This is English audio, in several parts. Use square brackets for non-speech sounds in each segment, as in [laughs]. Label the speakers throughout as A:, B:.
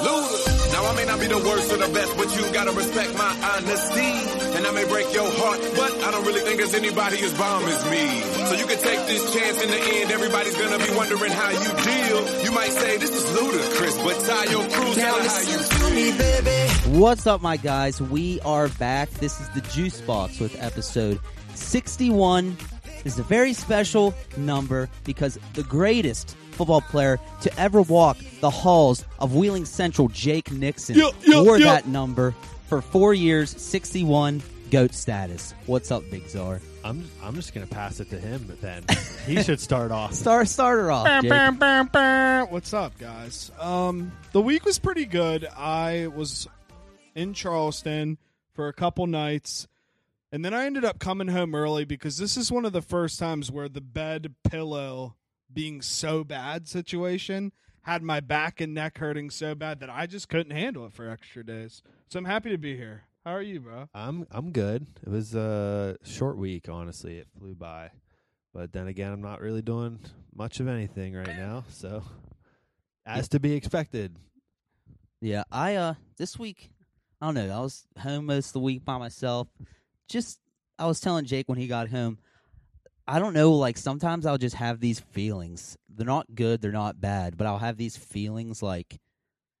A: Loser. Now I may not be the worst or the best, but you gotta respect my honesty. And I may break your heart, but I don't really think there's anybody as bomb as me. So you can take this chance in the end, everybody's gonna be wondering how you deal. You might say this is ludicrous, but tie your crews
B: Now
A: tell her how you
B: listen to me, baby.
C: What's up, my guys? We are back. This is the Juice Box with episode 61. This is a very special number because the greatest football player to ever walk the halls of Wheeling Central, Jake Nixon,
D: Yeah, yeah,
C: wore
D: yeah.
C: that number for four years, 61 GOAT status. What's up, Big Czar?
D: I'm I'm just gonna pass it to him. Then he
C: [laughs]
D: should start off.
C: Star starter off, Jake.
E: [laughs] What's up, guys? Um, the week was pretty good. I was in Charleston for a couple nights, and then I ended up coming home early because this is one of the first times where the bed pillow being so bad situation had my back and neck hurting so bad that I just couldn't handle it for extra days. So I'm happy to be here. How are you, bro?
D: I'm I'm good. It was a short week, honestly. It flew by, but then again, I'm not really doing much of anything right now. So, as to be expected,
C: Yeah, I uh this week I don't know, I was home most of the week by myself. Just I was telling Jake when he got home, I don't know, like sometimes I'll just have these feelings. They're not good, they're not bad, but I'll have these feelings like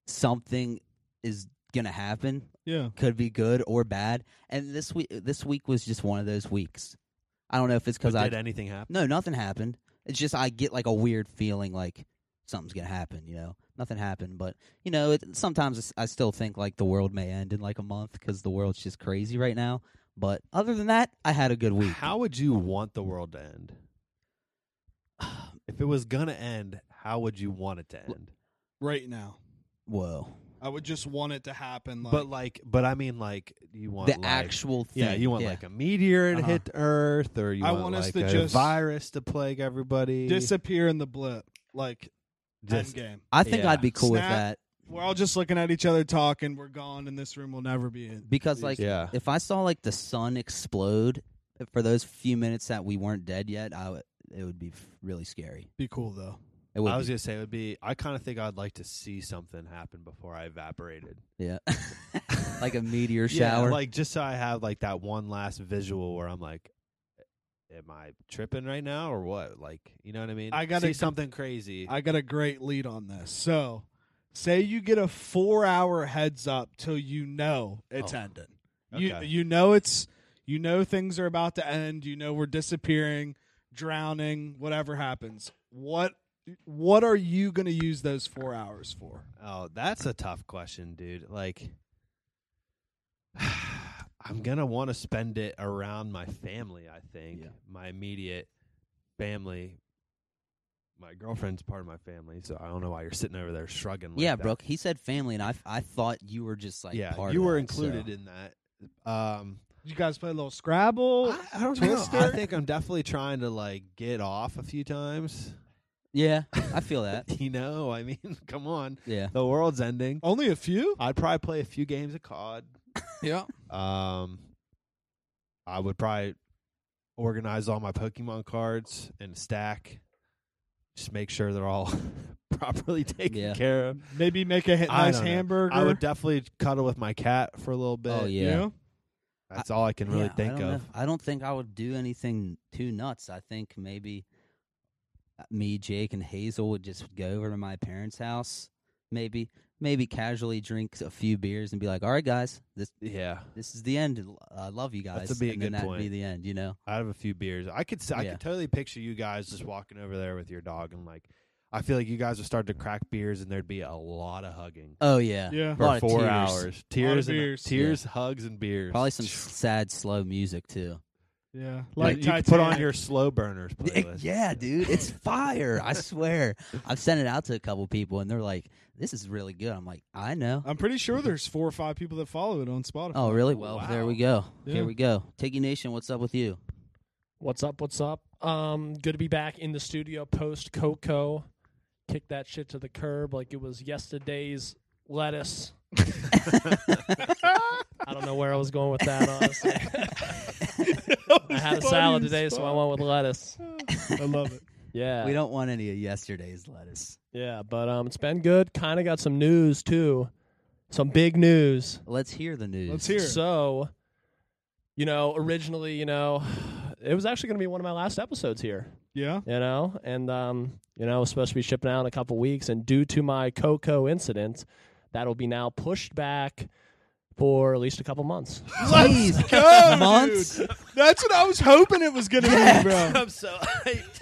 C: something is gonna happen.
E: Yeah.
C: Could be good or bad. And this week this week was just one of those weeks. I don't know if it's because
D: did
C: I
D: anything happen?
C: no, nothing happened. It's just I get like a weird feeling like something's gonna happen. You know, nothing happened, but you know, it, sometimes it's- I still think like the world may end in like a month because the world's just crazy right now. But other than that, I had a good week.
D: How would you want the world to end? If it was gonna end, how would you want it to end?
E: Right now.
C: [sighs] Whoa,
E: I would just want it to happen. Like,
D: but like, but I mean, like, you want
C: the
D: like-
C: actual thing.
D: Yeah, you want like a meteor to
C: Uh-huh.
D: hit Earth, or you
E: I
D: want,
E: want us
D: like
E: to
D: a
E: just
D: virus to plague everybody.
E: disappear in the blip, like
D: Just-
E: end game.
C: I think
D: yeah.
C: I'd be cool with
E: Snap.
C: that
E: We're all just looking at each other talking. We're gone, and this room will never be in.
C: because like
D: yeah,
C: if I saw like the sun explode for those few minutes that we weren't dead yet, I would. It would be f- really scary.
E: Be cool though.
C: It would.
D: I was
C: be.
D: gonna say it would be. I kind of think I'd like to see something happen before I evaporated.
C: yeah, [laughs] like a meteor
D: [laughs] Yeah,
C: shower.
D: like just so I have like that one last visual where I'm like, am I tripping right now or what? Like, you know what I mean?
E: I gotta
D: see
E: com-
D: something crazy.
E: I got a great lead on this. So, say you get a four-hour heads up till you know it's
D: Oh.
E: ending. You
D: Okay.
E: you know it's you know things are about to end. You know we're disappearing, drowning, whatever happens. What what are you going to use those four hours for?
D: oh, that's a tough question, dude. Like, [sighs] I'm gonna want to spend it around my family. I think
C: Yeah.
D: my immediate family. My girlfriend's part of my family, so I don't know why you're sitting over there shrugging. Like
C: yeah,
D: that.
C: Brooke. He said family, and I, I thought you were just like
D: yeah,
C: part
D: you
C: of
D: were
C: that,
D: included
C: so.
D: in that. Um,
E: You guys play a little Scrabble.
D: I, I don't know. I
E: Twister?
D: think I'm definitely trying to like get off a few times.
C: Yeah, I feel
D: [laughs]
C: that.
D: you know, I mean, [laughs] come on,
C: Yeah,
D: the world's ending.
E: Only a few.
D: I'd probably play a few games of COD.
C: [laughs]
E: Yeah.
D: Um, I would probably organize all my Pokemon cards in a stack. Just make sure they're all [laughs] properly taken
C: Yeah.
D: care of.
E: Maybe make a hit
D: I
E: nice
D: don't know.
E: hamburger.
D: I would definitely cuddle with my cat for a little bit.
C: Oh, yeah.
E: you know?
D: That's all I can really
C: Yeah, I
D: think
C: don't
D: of.
C: know. I don't think I would do anything too nuts. I think maybe uh, me, Jake, and Hazel would just go over to my parents' house. Maybe, maybe casually drink a few beers and be like, "All right, guys, this
D: Yeah.
C: this is the end. I love you guys."
D: That's a be a
C: and then
D: good
C: that'd be
D: point.
C: the end, you know.
D: I have a few beers. I could s I
C: Yeah.
D: could totally picture you guys just walking over there with your dog and like I feel like you guys would start to crack beers and there'd be a lot of hugging
C: Oh yeah,
E: Yeah.
C: A lot
D: for
C: of
D: four
C: tears.
D: hours. Tears and
E: beers.
D: tears, hugs and beers.
C: probably some sad slow music too.
E: Yeah. Like
D: like you could put on
E: Titanic.
D: your slow burners
C: It-
D: playlist.
C: [laughs] yeah, dude,
D: [laughs]
C: it's fire. I swear. I've sent it out to a couple people, and they're like, "This is really good." I'm like, "I know."
E: I'm pretty sure there's four or five people that follow it on Spotify.
C: Oh, really? Well, there we go.
E: Yeah.
C: Here we go. Tiggy Nation, what's up with you?
F: What's up? What's up? Um, good to be back in the studio post Coco. Kick that shit to the curb like it was yesterday's lettuce. I don't know where I was going with
C: [laughs]
F: that. Honestly,
E: [laughs]
F: I had a salad today, so I went with lettuce.
E: I love it.
F: Yeah.
C: We don't want any of yesterday's lettuce.
F: Yeah, but um, it's been good. Kind of got some news too, some big news.
C: Let's hear the news.
E: Let's hear it.
F: So, you know, originally, you know, [sighs] it was actually going to be one of my last episodes here.
E: Yeah.
F: You know, and um, you know, it was supposed to be shipping out in a couple weeks, and due to my Coco incident, that'll be now pushed back for at least a couple months.
C: Please,
E: go,
C: [laughs]
E: dude.
C: months.
E: That's what I was hoping it was going to be, bro.
D: I'm
C: [laughs]
D: so hyped.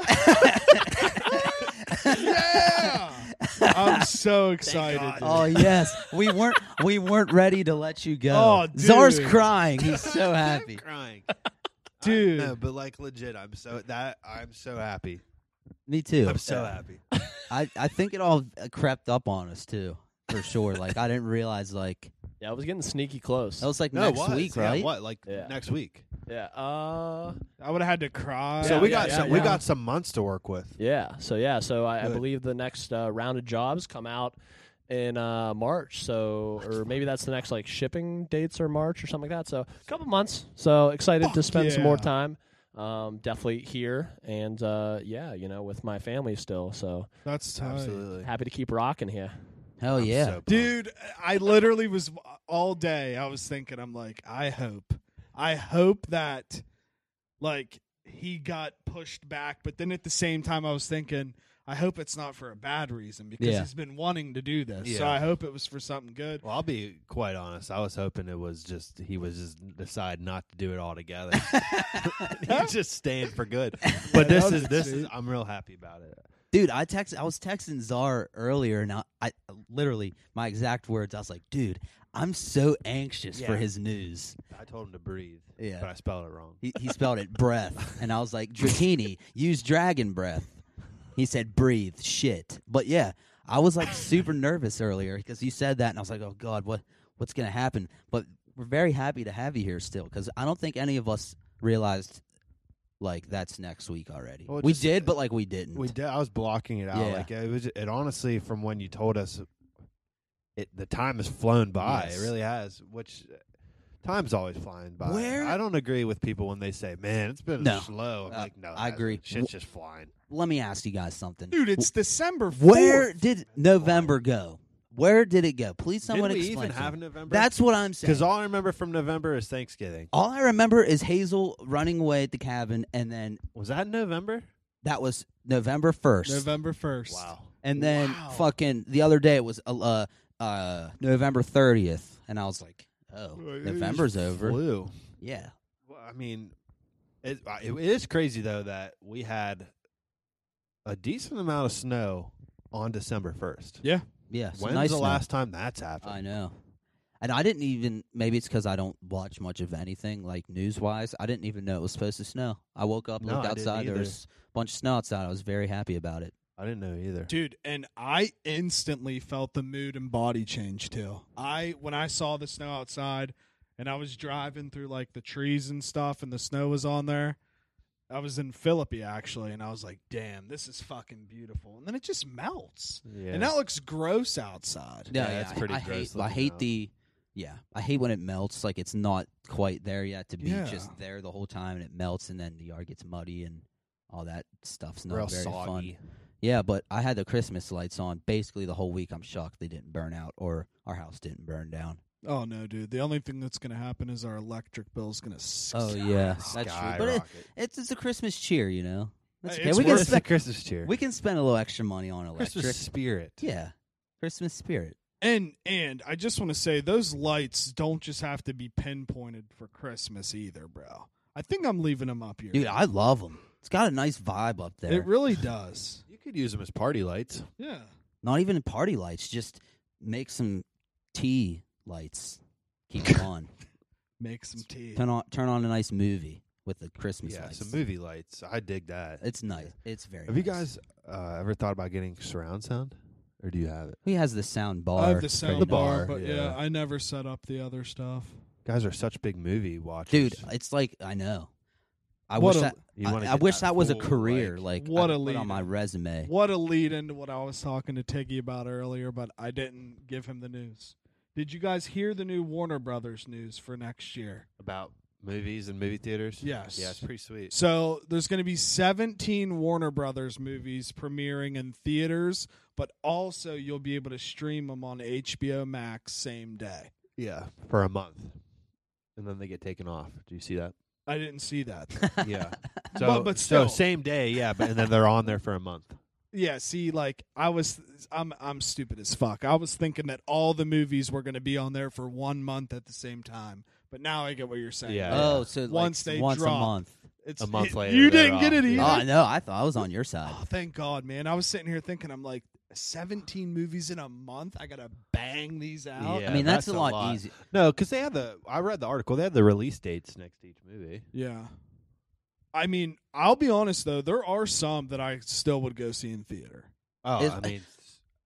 E: Yeah. I'm so excited.
D: God.
E: dude.
C: Oh yes, we weren't we weren't ready to let you go.
E: Oh,
C: Czar's
E: dude.
C: crying. He's so happy.
D: [laughs]
C: [laughs]
D: I'm crying.
E: Dude.
D: No, but like legit, I'm so that I'm so happy.
C: Me too.
D: I'm so
C: [laughs]
D: happy.
C: I I think it all uh, crept up on us too, for sure. Like I didn't realize. Like
F: Yeah, I was getting sneaky close.
C: that was like
D: No,
C: next
D: what?
C: week,
D: Yeah,
C: right?
D: What? Like
F: Yeah.
D: next week.
F: Yeah. Uh.
E: I would have had to cry.
D: so we
F: yeah,
D: got
F: yeah,
D: some,
F: yeah.
D: we got some months to work with.
F: Yeah. So yeah. So I, I
D: Good.
F: believe the next uh, round of jobs come out in uh, March. So or maybe that's the next like shipping dates or March or something like that. So a couple months. So excited to
E: Fuck
F: spend some more
E: yeah.
F: time. Um, definitely here and uh, yeah, you know, with my family still. So
E: That's tight.
D: Absolutely.
F: happy to keep rocking here.
C: Hell
D: I'm
C: yeah.
D: so pumped.
E: Dude, I literally was all day. I was thinking, I'm like, I hope, I hope that, like, he got pushed back. But then at the same time, I was thinking, I hope it's not for a bad reason because
C: Yeah.
E: he's been wanting to do this. So
D: Yeah.
E: I hope it was for something good.
D: Well, I'll be quite honest. I was hoping it was just he was just decide not to do it altogether.
C: [laughs]
D: [laughs] He's just staying for good. But this
E: that was
D: is this
E: sweet.
D: is I'm real happy about it.
C: Dude, I text. I was texting Czar earlier, and I, I literally my exact words. I was like, "Dude, I'm so anxious for
D: Yeah.
C: his news."
D: I told him to breathe.
C: Yeah.
D: But I spelled it wrong.
C: He, he spelled it breath, and I was like, "Dratini, use dragon breath." He said, "Breathe, shit." But yeah, I was like super nervous earlier because you said that, and I was like, "Oh God, what what's gonna happen?" But we're very happy to have you here still because I don't think any of us realized like that's next week already.
D: Well,
C: we
D: just- uh,
C: did, but like we didn't.
D: We did. I was blocking it out.
C: Yeah.
D: Like it was. It honestly, from when you told us, it the time has flown by.
C: Yes.
D: It really has. Which time's always flying by.
C: Where-
D: I don't agree with people when they say, "Man, it's been
C: No.
D: slow." I'm
C: Uh,
D: like, no, it
C: I agree.
D: hasn't. Shit's just flying.
C: Let me ask you guys something,
E: Dude, it's December 4th.
C: Where did November go? Where did it go? Please, someone
D: Did we
C: explain.
D: even
C: to me.
D: have November?
C: That's what I'm saying.
D: because all I remember from November is Thanksgiving.
C: All I remember is Hazel running away at the cabin, and then
D: Was that November?
C: that was November first,
E: November 1st.
D: Wow.
C: and then
E: Wow.
C: fucking the other day it was uh, uh November thirtieth, and I was like, oh,
E: Well, it
C: November's over.
D: Flew.
C: Yeah,
D: Well, I mean, it, uh, it, it is crazy though that we had a decent amount of snow on December first.
E: Yeah.
C: yeah. so
D: When's
C: nice
D: the
C: snow.
D: last time that's happened?
C: I know. And I didn't even. Maybe it's because I don't watch much of anything like news wise. I didn't even know it was supposed to snow. I woke up,
D: No,
C: looked
D: I didn't
C: outside. There
D: either.
C: was a bunch of snow outside. I was very happy about it.
D: I didn't know either.
E: Dude, and I instantly felt the mood and body change too. I when I saw the snow outside and I was driving through like the trees and stuff and the snow was on there. I was in Philippi actually and I was like, "Damn, this is fucking beautiful." And then it just melts.
D: yeah.
E: And that looks gross outside.
C: No,
D: Yeah, that's pretty
C: I, I
D: gross
C: hate, I
D: looking
C: hate
D: out.
C: the. Yeah, I hate when it melts. Like it's not quite there yet to be
E: Yeah.
C: just there the whole time, and it melts, and then the yard gets muddy and all that stuff's not
D: Real
C: very
D: soggy.
C: fun. Yeah, but I had the Christmas lights on basically the whole week. I'm shocked they didn't burn out or our house didn't burn down.
E: Oh no, dude. The only thing that's going to happen is our electric bill's going to
C: Oh yeah, that's true. But it,
D: Skyrocket.
C: it's it's a Christmas cheer, you know. That's
E: Hey,
C: okay.
E: Uh, it's
C: We can
E: worth
D: Where's the
C: spend
D: Christmas cheer?
C: we can spend a little extra money on electric.
D: Christmas spirit.
C: Yeah, Christmas spirit.
E: And and I just want to say those lights don't just have to be pinpointed for Christmas either, bro. I think I'm leaving them up here.
C: Dude, I love them. It's got a nice vibe up there.
E: It really does.
D: You could use them as party lights.
E: Yeah.
C: Not even party lights. Just make some tea lights. Keep
E: [laughs]
C: them on.
E: Make some tea.
C: Turn on. Turn on a nice movie with the Christmas
D: Yeah,
C: lights.
D: some movie lights. I dig that.
C: It's nice. It's very.
D: Have you
C: nice.
D: guys uh, ever thought about getting surround sound, or do you have it?
C: He has the sound bar.
E: I have the
C: It's
E: sound
C: pretty
D: The
E: bar,
C: nice.
D: bar,
E: but yeah.
D: yeah.
E: I never set up the other stuff.
D: Guys are such big movie watchers,
C: dude. It's like I know. I
E: What
C: wish
E: a-
C: that.
D: You
C: I,
D: wanna
C: I
D: get
C: wish that,
D: that
C: was a
D: full,
C: career. Like,
D: like-
E: What
C: I
E: a
C: could put on my
E: leader.
C: resume.
E: What a lead into what I was talking to Tiggy about earlier, but I didn't give him the news. Did you guys hear the new Warner Brothers news for next year?
D: About movies and movie theaters.
E: Yes.
D: Yeah, it's pretty sweet.
E: So there's going to be 17 Warner Brothers movies premiering in theaters, but also you'll be able to stream them on HBO Max same day.
D: Yeah, for a month, and then they get taken off. Do you see that?
E: I didn't see that.
C: [laughs]
D: Yeah. [laughs] So,
E: But- but
D: so
E: still.
D: same day, yeah, but and then they're on there for a month.
E: yeah, see like I was I'm I'm stupid as fuck. I was thinking that all the movies were going to be on there for 1 month at the same time. But now I get what you're saying.
D: Yeah.
C: Oh, so like,
E: Once they
C: once
E: drop.
C: a month.
E: It's
D: A month
E: it-
D: later,
E: You
D: they're
E: didn't get
D: off,
E: it
D: yeah.
E: either.
C: Oh no, I thought I was on your side.
E: Oh, thank God, man. I was sitting here thinking, I'm like, 17 movies in a month? I got to bang these out?
D: Yeah.
C: I mean, that's,
D: that's
C: a
D: a
C: lot,
D: lot.
C: easier.
D: No, because they have the. I read the article. They have the release dates next to each movie.
E: Yeah. I mean, I'll be honest, though, there are some that I still would go see in theater.
D: Oh,
C: It's-
D: I mean,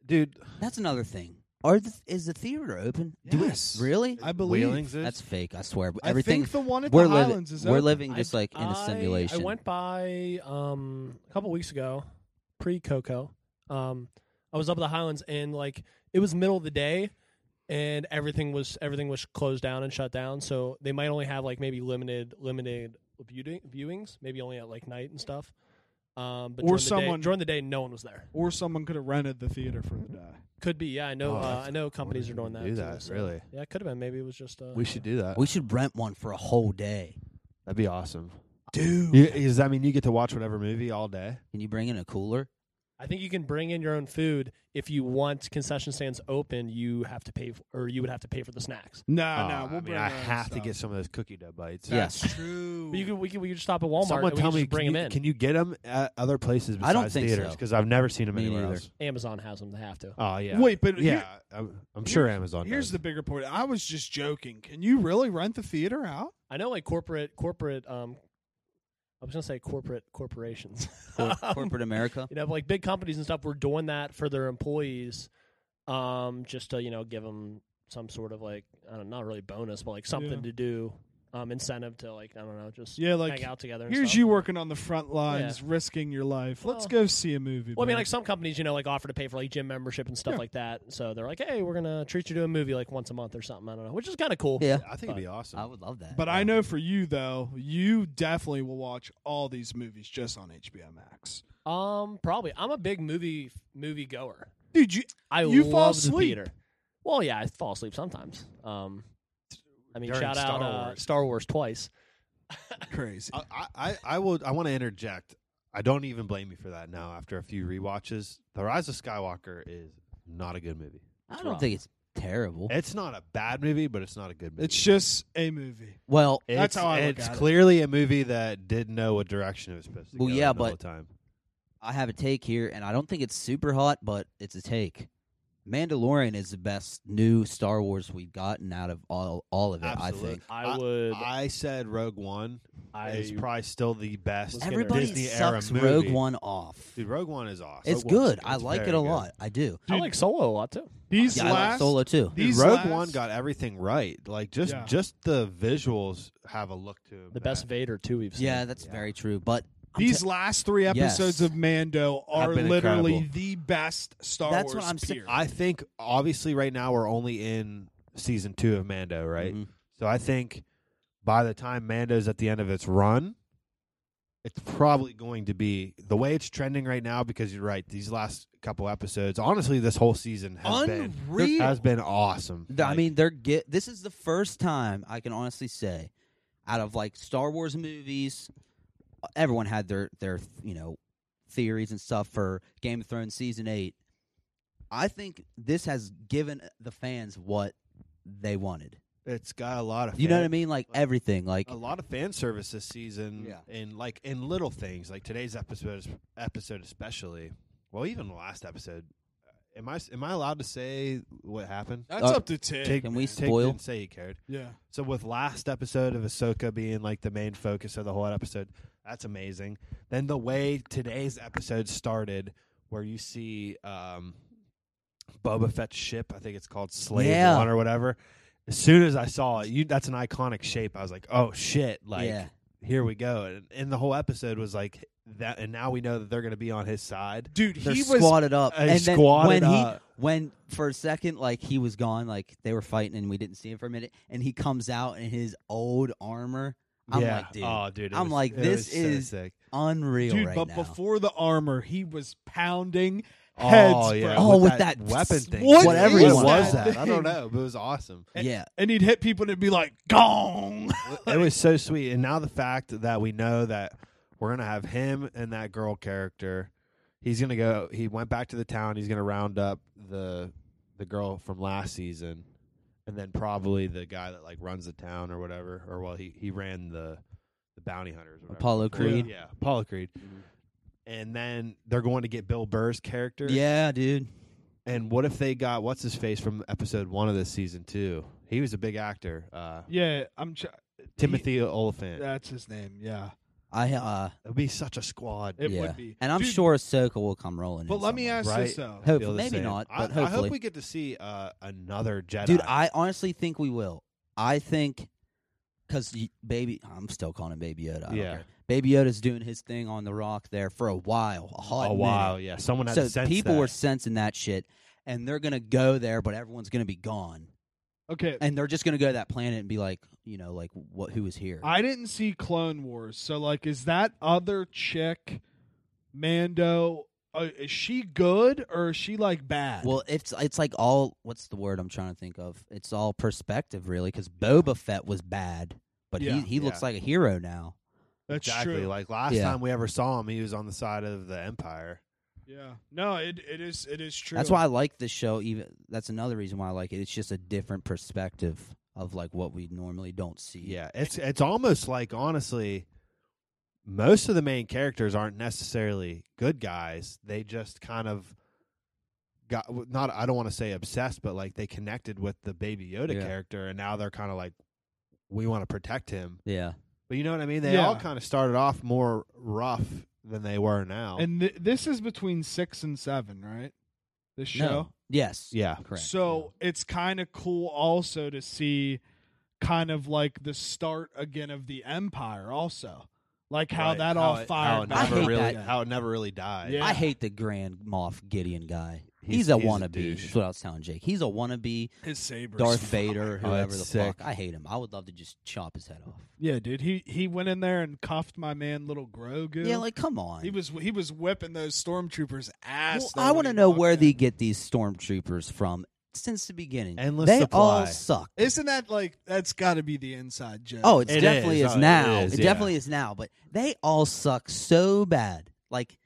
D: dude,
C: That's another thing. Are the, is the theater open? Do we-
E: Yes.
C: really?
E: I believe.
D: Wheelings is-
C: That's fake. I swear. But
E: I
C: everything
E: think the one at
C: we're
E: the
C: living,
E: Highlands is
C: we're
E: open.
C: living just like in a
F: I-
C: simulation.
F: I went by um, a couple weeks ago, pre Coco. Um, I was up at the Highlands and like it was middle of the day, and everything was everything was closed down and shut down. So they might only have like maybe limited limited view- viewings, maybe only at like night and stuff. Um, but
E: Or
F: during The
E: someone-
F: day, during the day, no one was there.
E: Or someone could have rented the theater for the day.
F: Could be, yeah. I know.
D: Oh,
F: uh,
D: that's-
F: I know companies are doing that.
D: Do
F: too,
D: that
F: so-
D: really?
F: Yeah, it could have been. Maybe it was just. Uh,
D: We should do that.
C: we should rent one for a whole day.
D: That'd be awesome.
E: Dude.
D: You, is I mean, you get to watch whatever movie all day.
C: Can you bring in a cooler?
F: I think you can bring in your own food if you want concession stands open. You have to pay, for, or you would have to pay for the snacks.
E: No, no. We'll
D: Uh, I mean,
E: bring
D: I
E: our own
D: have to
E: stuff.
D: get some of those cookie dough bites.
E: That's
C: Yes.
E: true.
F: But you could, we could, we could just stop at Walmart
D: Someone
F: and
D: tell
F: we
D: me,
F: just bring
D: can
F: them
D: you,
F: in.
D: can you get them at other places
C: I
D: besides
C: don't think
D: theaters?
C: so.
D: Because I've never seen them
C: Me
D: anywhere
C: neither.
D: else.
F: Amazon has them; they have to.
D: Oh yeah.
E: Wait, but
D: yeah,
E: here-
D: I'm, I'm sure Amazon.
E: Here's
D: does.
E: the bigger point. I was just joking. Can you really rent the theater out?
F: I know, like corporate, corporate. Um, I was gonna say corporate corporations. [laughs]
C: Cor-
F: Um,
C: corporate America.
F: you know, like big companies and stuff were doing that for their employees, um, just to you know give them some sort of like I don't know, not really bonus, but like something
E: Yeah.
F: to do, um, incentive to like I don't know, just
E: Yeah, like,
F: hang out together. And
E: Here's
F: stuff.
E: you working on the front lines, risking your life. Let's
F: Well-
E: go see a movie.
F: Well, I mean,
E: bud.
F: like some companies, you know, like offer to pay for like gym membership and stuff
E: Yeah.
F: like that. So they're like, hey, we're gonna treat you to a movie like once a month or something. I don't know, which is kind of cool.
C: Yeah.
D: I think it'd be awesome.
C: I would love that.
E: But I know for you though, you definitely will watch all these movies just on HBO Max.
F: Um, probably. I'm a big movie movie goer.
E: Dude, you
F: I
E: You
F: love
E: fall
F: the
E: asleep.
F: theater. Well, yeah, I fall asleep sometimes. Um, I mean,
D: During
F: shout out
D: Star
F: uh,
D: Wars.
F: Star Wars twice.
E: crazy.
D: I, I- I, I would. I want to interject. I don't even blame you for that now. After a few rewatches, The Rise of Skywalker is not a good movie.
C: I
F: It's
C: don't
F: rough.
C: think it's terrible.
D: It's not a bad movie, but it's not a good movie.
E: It's just a movie.
C: well,
D: It's-
E: that's how I look
D: It's
E: at it.
D: clearly a movie that didn't know what direction it was supposed to
C: Well,
D: go
C: yeah,
D: in all
C: but-
D: the time.
C: I have a take here, and I don't think it's super hot, but it's a take. Mandalorian is the best new Star Wars we've gotten out of all all of it.
D: Absolute-
C: I think
F: I,
D: I-
F: would. I,
D: I said Rogue One is probably still the best
F: Let's get
C: everybody
D: Disney era
C: sucks
D: movie.
C: Rogue One off.
D: Dude, Rogue One is awesome.
C: it's
D: Rogue One's-
C: good. I
D: it's
C: like it
D: very
C: a
D: good.
C: lot. I do.
F: I like Solo a lot too.
E: These
C: yeah, I like
E: last
C: Solo too.
D: Dude,
E: These
D: Rogue
E: last-
D: One got everything right. Like just
E: Yeah.
D: just the visuals have a look to them.
F: The best
D: that-
F: Vader too we've seen.
C: Yeah, that's
D: Yeah.
C: very true. But I'm
E: these
C: te-
E: last three episodes
C: Yes.
E: of Mando are
D: Have been
E: literally
D: incredible.
E: the best Star
C: That's what
E: Wars.
C: I'm sa-
E: period.
D: I think obviously right now we're only in season two of Mando, right?
C: Mhm.
D: So I think by the time Mando's at the end of its run, it's probably going to be the way it's trending right now. Because you're right; these last couple episodes, honestly, this whole season has been
E: Unreal.
D: has been awesome.
C: Th- I
D: Like,
C: mean, they're get. This is the first time I can honestly say, out of like Star Wars movies, uh, everyone had their their you know theories and stuff for Game of Thrones season eight. I think this has given the fans what they wanted.
D: it's got a lot of
C: You know
D: fan-
C: what I mean? Like everything. Like
D: a lot of fan service this season
C: Yeah.
D: and like in little things like today's episode episode especially well even the last episode Uh, am i am i allowed to say what happened
E: That's
C: Uh,
E: up to Tig.
D: Tig-
C: Can we
D: Tig
C: spoil?
D: didn't say he cared
E: yeah.
D: so with last episode of ahsoka being like the main focus of the whole episode that's amazing then the way today's episode started where you see um boba fett's ship i think it's called slave
C: Yeah.
D: one or whatever as soon as i saw it you that's an iconic shape i was like oh shit like
C: yeah,
D: here we go. And, and the whole episode was like that, and now we know that they're going to be on his side.
E: Dude,
C: They're
E: he was
C: squatted up,
D: uh,
C: and then
D: squatted
C: when
D: up.
C: he when for a second like he was gone, like they were fighting and we didn't see him for a minute, and he comes out in his old armor. I'm
D: yeah.
C: like, dude,
D: oh, dude, it
C: I'm
D: was-
C: like,
D: it
C: this
D: was so
C: is
D: sick.
C: unreal
E: dude,
C: right
E: but
C: now.
E: before the armor, he was pounding
D: Oh,
E: heads.
D: yeah.
E: bro.
C: Oh, with that
D: weapon
C: s-
D: thing,
E: what
C: Whatever
D: it
C: is
D: was
E: that
D: that? I don't
E: thing?
D: know, but it was awesome.
C: yeah,
E: and he'd hit people and it'd be like gong.
D: it was so sweet. And now the fact that we know that we're gonna have him and that girl character, he's gonna go. He went back to the town. He's gonna round up the the girl from last season, and then probably the guy that like runs the town or whatever. Or well, he he ran the the bounty hunters. or whatever
C: Apollo
D: before.
E: Creed.
D: Yeah, Apollo Creed. And then they're going to get Bill Burr's character.
C: yeah, dude.
D: And what if they got what's his face from episode one of this season too? He was a big actor. Uh,
E: yeah, I'm. Ch-
D: Timothy Oliphant.
E: that's his name. Yeah,
C: I uh,
D: It would be such a squad.
E: it
C: yeah,
E: would be.
C: and I'm
E: Dude,
C: sure Ahsoka will come rolling.
E: But
C: in
E: let me
C: somewhere.
E: ask this
D: right?
E: though.
C: Hope-
D: Feel the
C: maybe
D: same.
C: not,
D: I,
C: but
D: I
C: hopefully.
D: hope we get to see uh, another Jedi.
C: dude. I honestly think we will. I think because baby, I'm still calling him Baby Yoda. I don't
D: Yeah.
C: care. Baby Yoda's doing his thing on the rock there for a while, a hot
D: a
C: minute.
D: while. Yeah, someone had
C: so
D: to sense
C: people
D: that.
C: were sensing that shit, and they're gonna go there, but everyone's gonna be gone,
E: Okay,
C: and they're just gonna go to that planet and be like, you know, like what who is here?
E: I didn't see Clone Wars, so like, is that other chick, Mando? Uh, is she good or is she like bad?
C: well, it's it's like all what's the word I'm trying to think of? It's all perspective, really, because Boba Fett was bad, but
E: Yeah.
C: he he looks
D: Yeah.
C: like a hero now.
E: that's
D: exactly.
E: true.
D: Like last
C: Yeah.
D: time we ever saw him, he was on the side of the Empire.
E: yeah, no, it it is it is true.
C: That's why I like this show. Even that's another reason why I like it. It's just a different perspective of like what we normally don't see.
D: Yeah, it's it's almost like honestly, most of the main characters aren't necessarily good guys. They just kind of got not. I don't want to say obsessed, but like they connected with the Baby Yoda
C: Yeah.
D: character, and now they're kind of like, we want to protect him.
C: yeah.
D: But you know what I mean? They all
E: Yeah.
D: kind of started off more rough than they were now.
E: And th- this is between six and seven, right? This show.
C: No. Yes.
D: yeah.
C: Correct.
E: So it's kind of cool also to see kind of like the start again of the empire also. Like how
D: Right.
E: that all
D: it-
E: fired
D: how
E: back.
D: it
C: I
D: never
C: hate
D: really
E: that.
D: how it never really died.
E: Yeah.
C: I hate the Grand Moff Gideon guy. He's,
D: He's-
C: a
D: he's a
C: wannabe.
D: douche.
C: That's what I was telling Jake. He's a wannabe
E: his saber.
C: Darth Vader,
D: Oh,
C: whoever
D: that's
C: the
D: sick.
C: fuck. I hate him. I would love to just chop his head off.
E: Yeah, dude. He he went in there and cuffed my man little Grogu.
C: Yeah, like come on.
E: he was he was whipping those stormtroopers ass.
C: well,
E: though,
C: I
E: when
C: want to
E: he
C: know
E: walked
C: where
E: in.
C: they get these stormtroopers from since the beginning.
D: Endless
C: they all
D: supply.
C: suck.
E: Isn't that like that's got to be the inside joke?
C: Oh, it's
D: It
C: definitely
D: is.
C: is,
D: Oh, it
C: now. It,
D: is, yeah.
C: definitely is now. But they all suck so bad. Like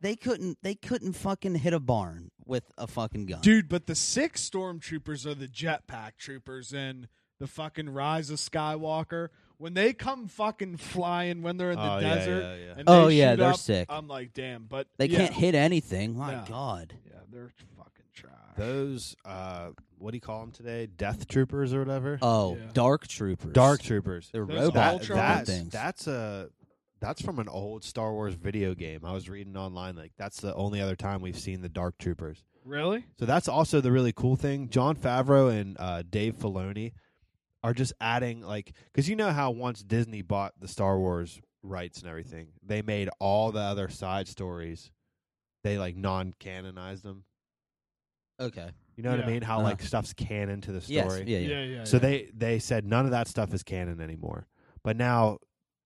C: they couldn't. They couldn't fucking hit a barn with a fucking gun.
E: Dude, but the six stormtroopers are the jetpack troopers in the fucking Rise of Skywalker. When they come fucking flying when they're in the
D: Oh, yeah,
E: desert,
D: yeah, yeah.
E: and
C: Oh,
E: they
C: yeah,
E: shoot
C: they're
E: up,
C: sick.
E: I'm like, damn, but
C: they
E: yeah.
C: can't hit anything. My
E: No.
C: God.
E: Yeah, they're fucking trash.
D: Those uh what do you call them today? Death troopers or whatever?
C: Oh,
E: Yeah.
C: dark troopers.
D: Dark troopers.
C: They're
E: Those
D: That-
C: robots.
E: Ultron
C: That,
D: that's,
C: things.
D: that's a that's from an old Star Wars video game. I was reading online like that's the only other time we've seen the dark troopers.
E: really?
D: So that's also the really cool thing. John Favreau and uh, Dave Filoni are just adding like because you know how once Disney bought the Star Wars rights and everything, they made all the other side stories. They like non canonized them.
C: okay.
D: You know what I
E: Yeah.
D: mean? How
C: Uh-huh.
D: like stuff's canon to the
C: Yes.
D: story.
C: Yeah.
E: Yeah,
C: Yeah.
E: yeah.
D: So
E: yeah.
D: they they said none of that stuff is canon anymore. But now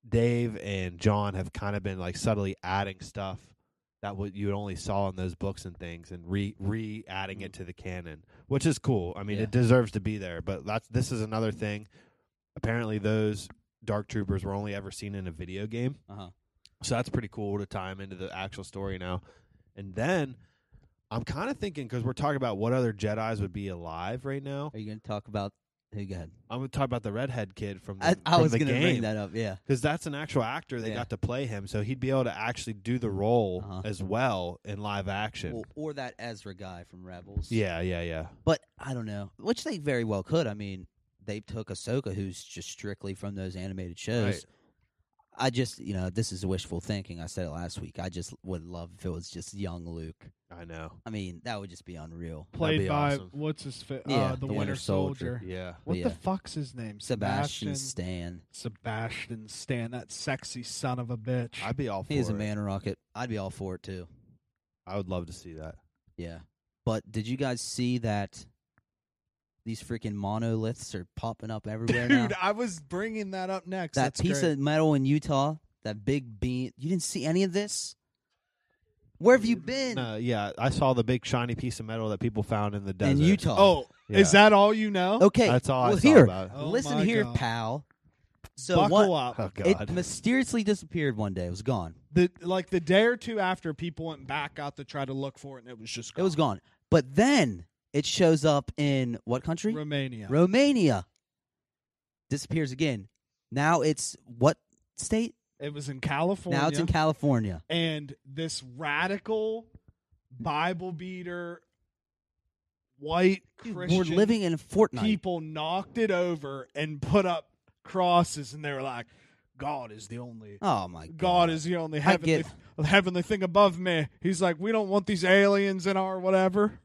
D: Dave and John have kind of been like subtly adding stuff that what you only saw in those books and things, and re re adding it to the canon, which is cool. I mean,
C: Yeah.
D: it deserves to be there. But that's this is another thing. Apparently, those dark troopers were only ever seen in a video game.
C: Uh-huh.
D: So that's pretty cool to tie them into the actual story now. And then I'm kind of thinking because we're talking about what other Jedi's would be alive right now.
C: Are you going to talk about? Hey, go ahead.
D: I'm gonna talk about the redhead kid from the,
C: I, I
D: from
C: was
D: the
C: going to
D: game
C: bring that up. Yeah.
D: because that's an actual actor. They
C: Yeah.
D: got to play him, so he'd be able to actually do the role
C: Uh-huh.
D: as well in live action.
C: Well, or that Ezra guy from Rebels.
D: yeah, yeah, yeah.
C: But I don't know, which they very well could. I mean, they took Ahsoka, who's just strictly from those animated shows. I just, you know, this is wishful thinking. I said it last week. I just would love if it was just young Luke.
D: I know.
C: I mean, that would just be unreal.
D: That'd
E: Played
D: be
E: by
D: awesome.
E: what's his fa-
C: Yeah,
E: uh, the,
C: the
E: Winter
C: Winter
E: Soldier.
C: Soldier.
D: Yeah.
E: What the
C: Yeah.
E: fuck's his name?
C: Sebastian
E: Sebastian
C: Stan.
E: Sebastian Stan, that sexy son of a bitch. [laughs]
D: I'd be all for
C: He is
D: it.
C: a man rocket. I'd be all for it too.
D: I would love to see that.
C: Yeah. But did you guys see that these freaking monoliths are popping up everywhere
E: [laughs] Dude,
C: now?
E: I was bringing that up next.
C: that
E: That's
C: piece
E: great.
C: of metal in Utah, that big beam. You didn't see any of this? Where have you been?
D: No, yeah, I saw the big shiny piece of metal that people found in the desert.
C: in Utah.
E: Oh,
D: Yeah.
E: is that all you know?
C: okay.
D: That's all
C: well,
D: I saw
C: here,
D: about it.
E: Oh
C: listen
E: my
C: here,
E: God.
C: pal. So
E: Buckle
C: one,
E: up.
D: Oh God.
C: it mysteriously disappeared one day. It was gone.
E: The like the day or two after, people went back out to try to look for it, and it was just
C: It was gone. But then it shows up in what country?
E: Romania.
C: Romania. Disappears again. Now it's what state?
E: it was in California.
C: Now it's in California.
E: and this radical Bible beater white
C: Dude,
E: Christian
C: we're living in Fortnite.
E: people knocked it over and put up crosses, and they were like, "God is the only."
C: oh my god.
E: God is the only heavenly,
C: get-
E: heavenly thing above me. He's like, we don't want these aliens in our whatever.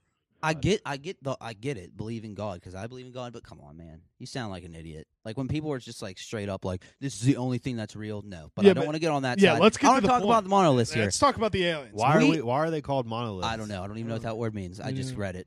C: I get, I get the, I get it. Believe in God because I believe in God. But come on, man, you sound like an idiot. Like when people are just like straight up, like this is the only thing that's real. No, but
E: Yeah,
C: I don't
E: but-
C: want to get on that.
E: yeah,
C: side.
E: let's get
C: I
E: to
C: wanna
E: the
C: talk
E: point.
C: about the monoliths here.
E: Let's talk about the aliens.
D: why are
C: we-
D: we, Why are they called monoliths?
C: I don't know. I don't even know what that word means. I
E: Me
C: just
E: neither.
C: read it.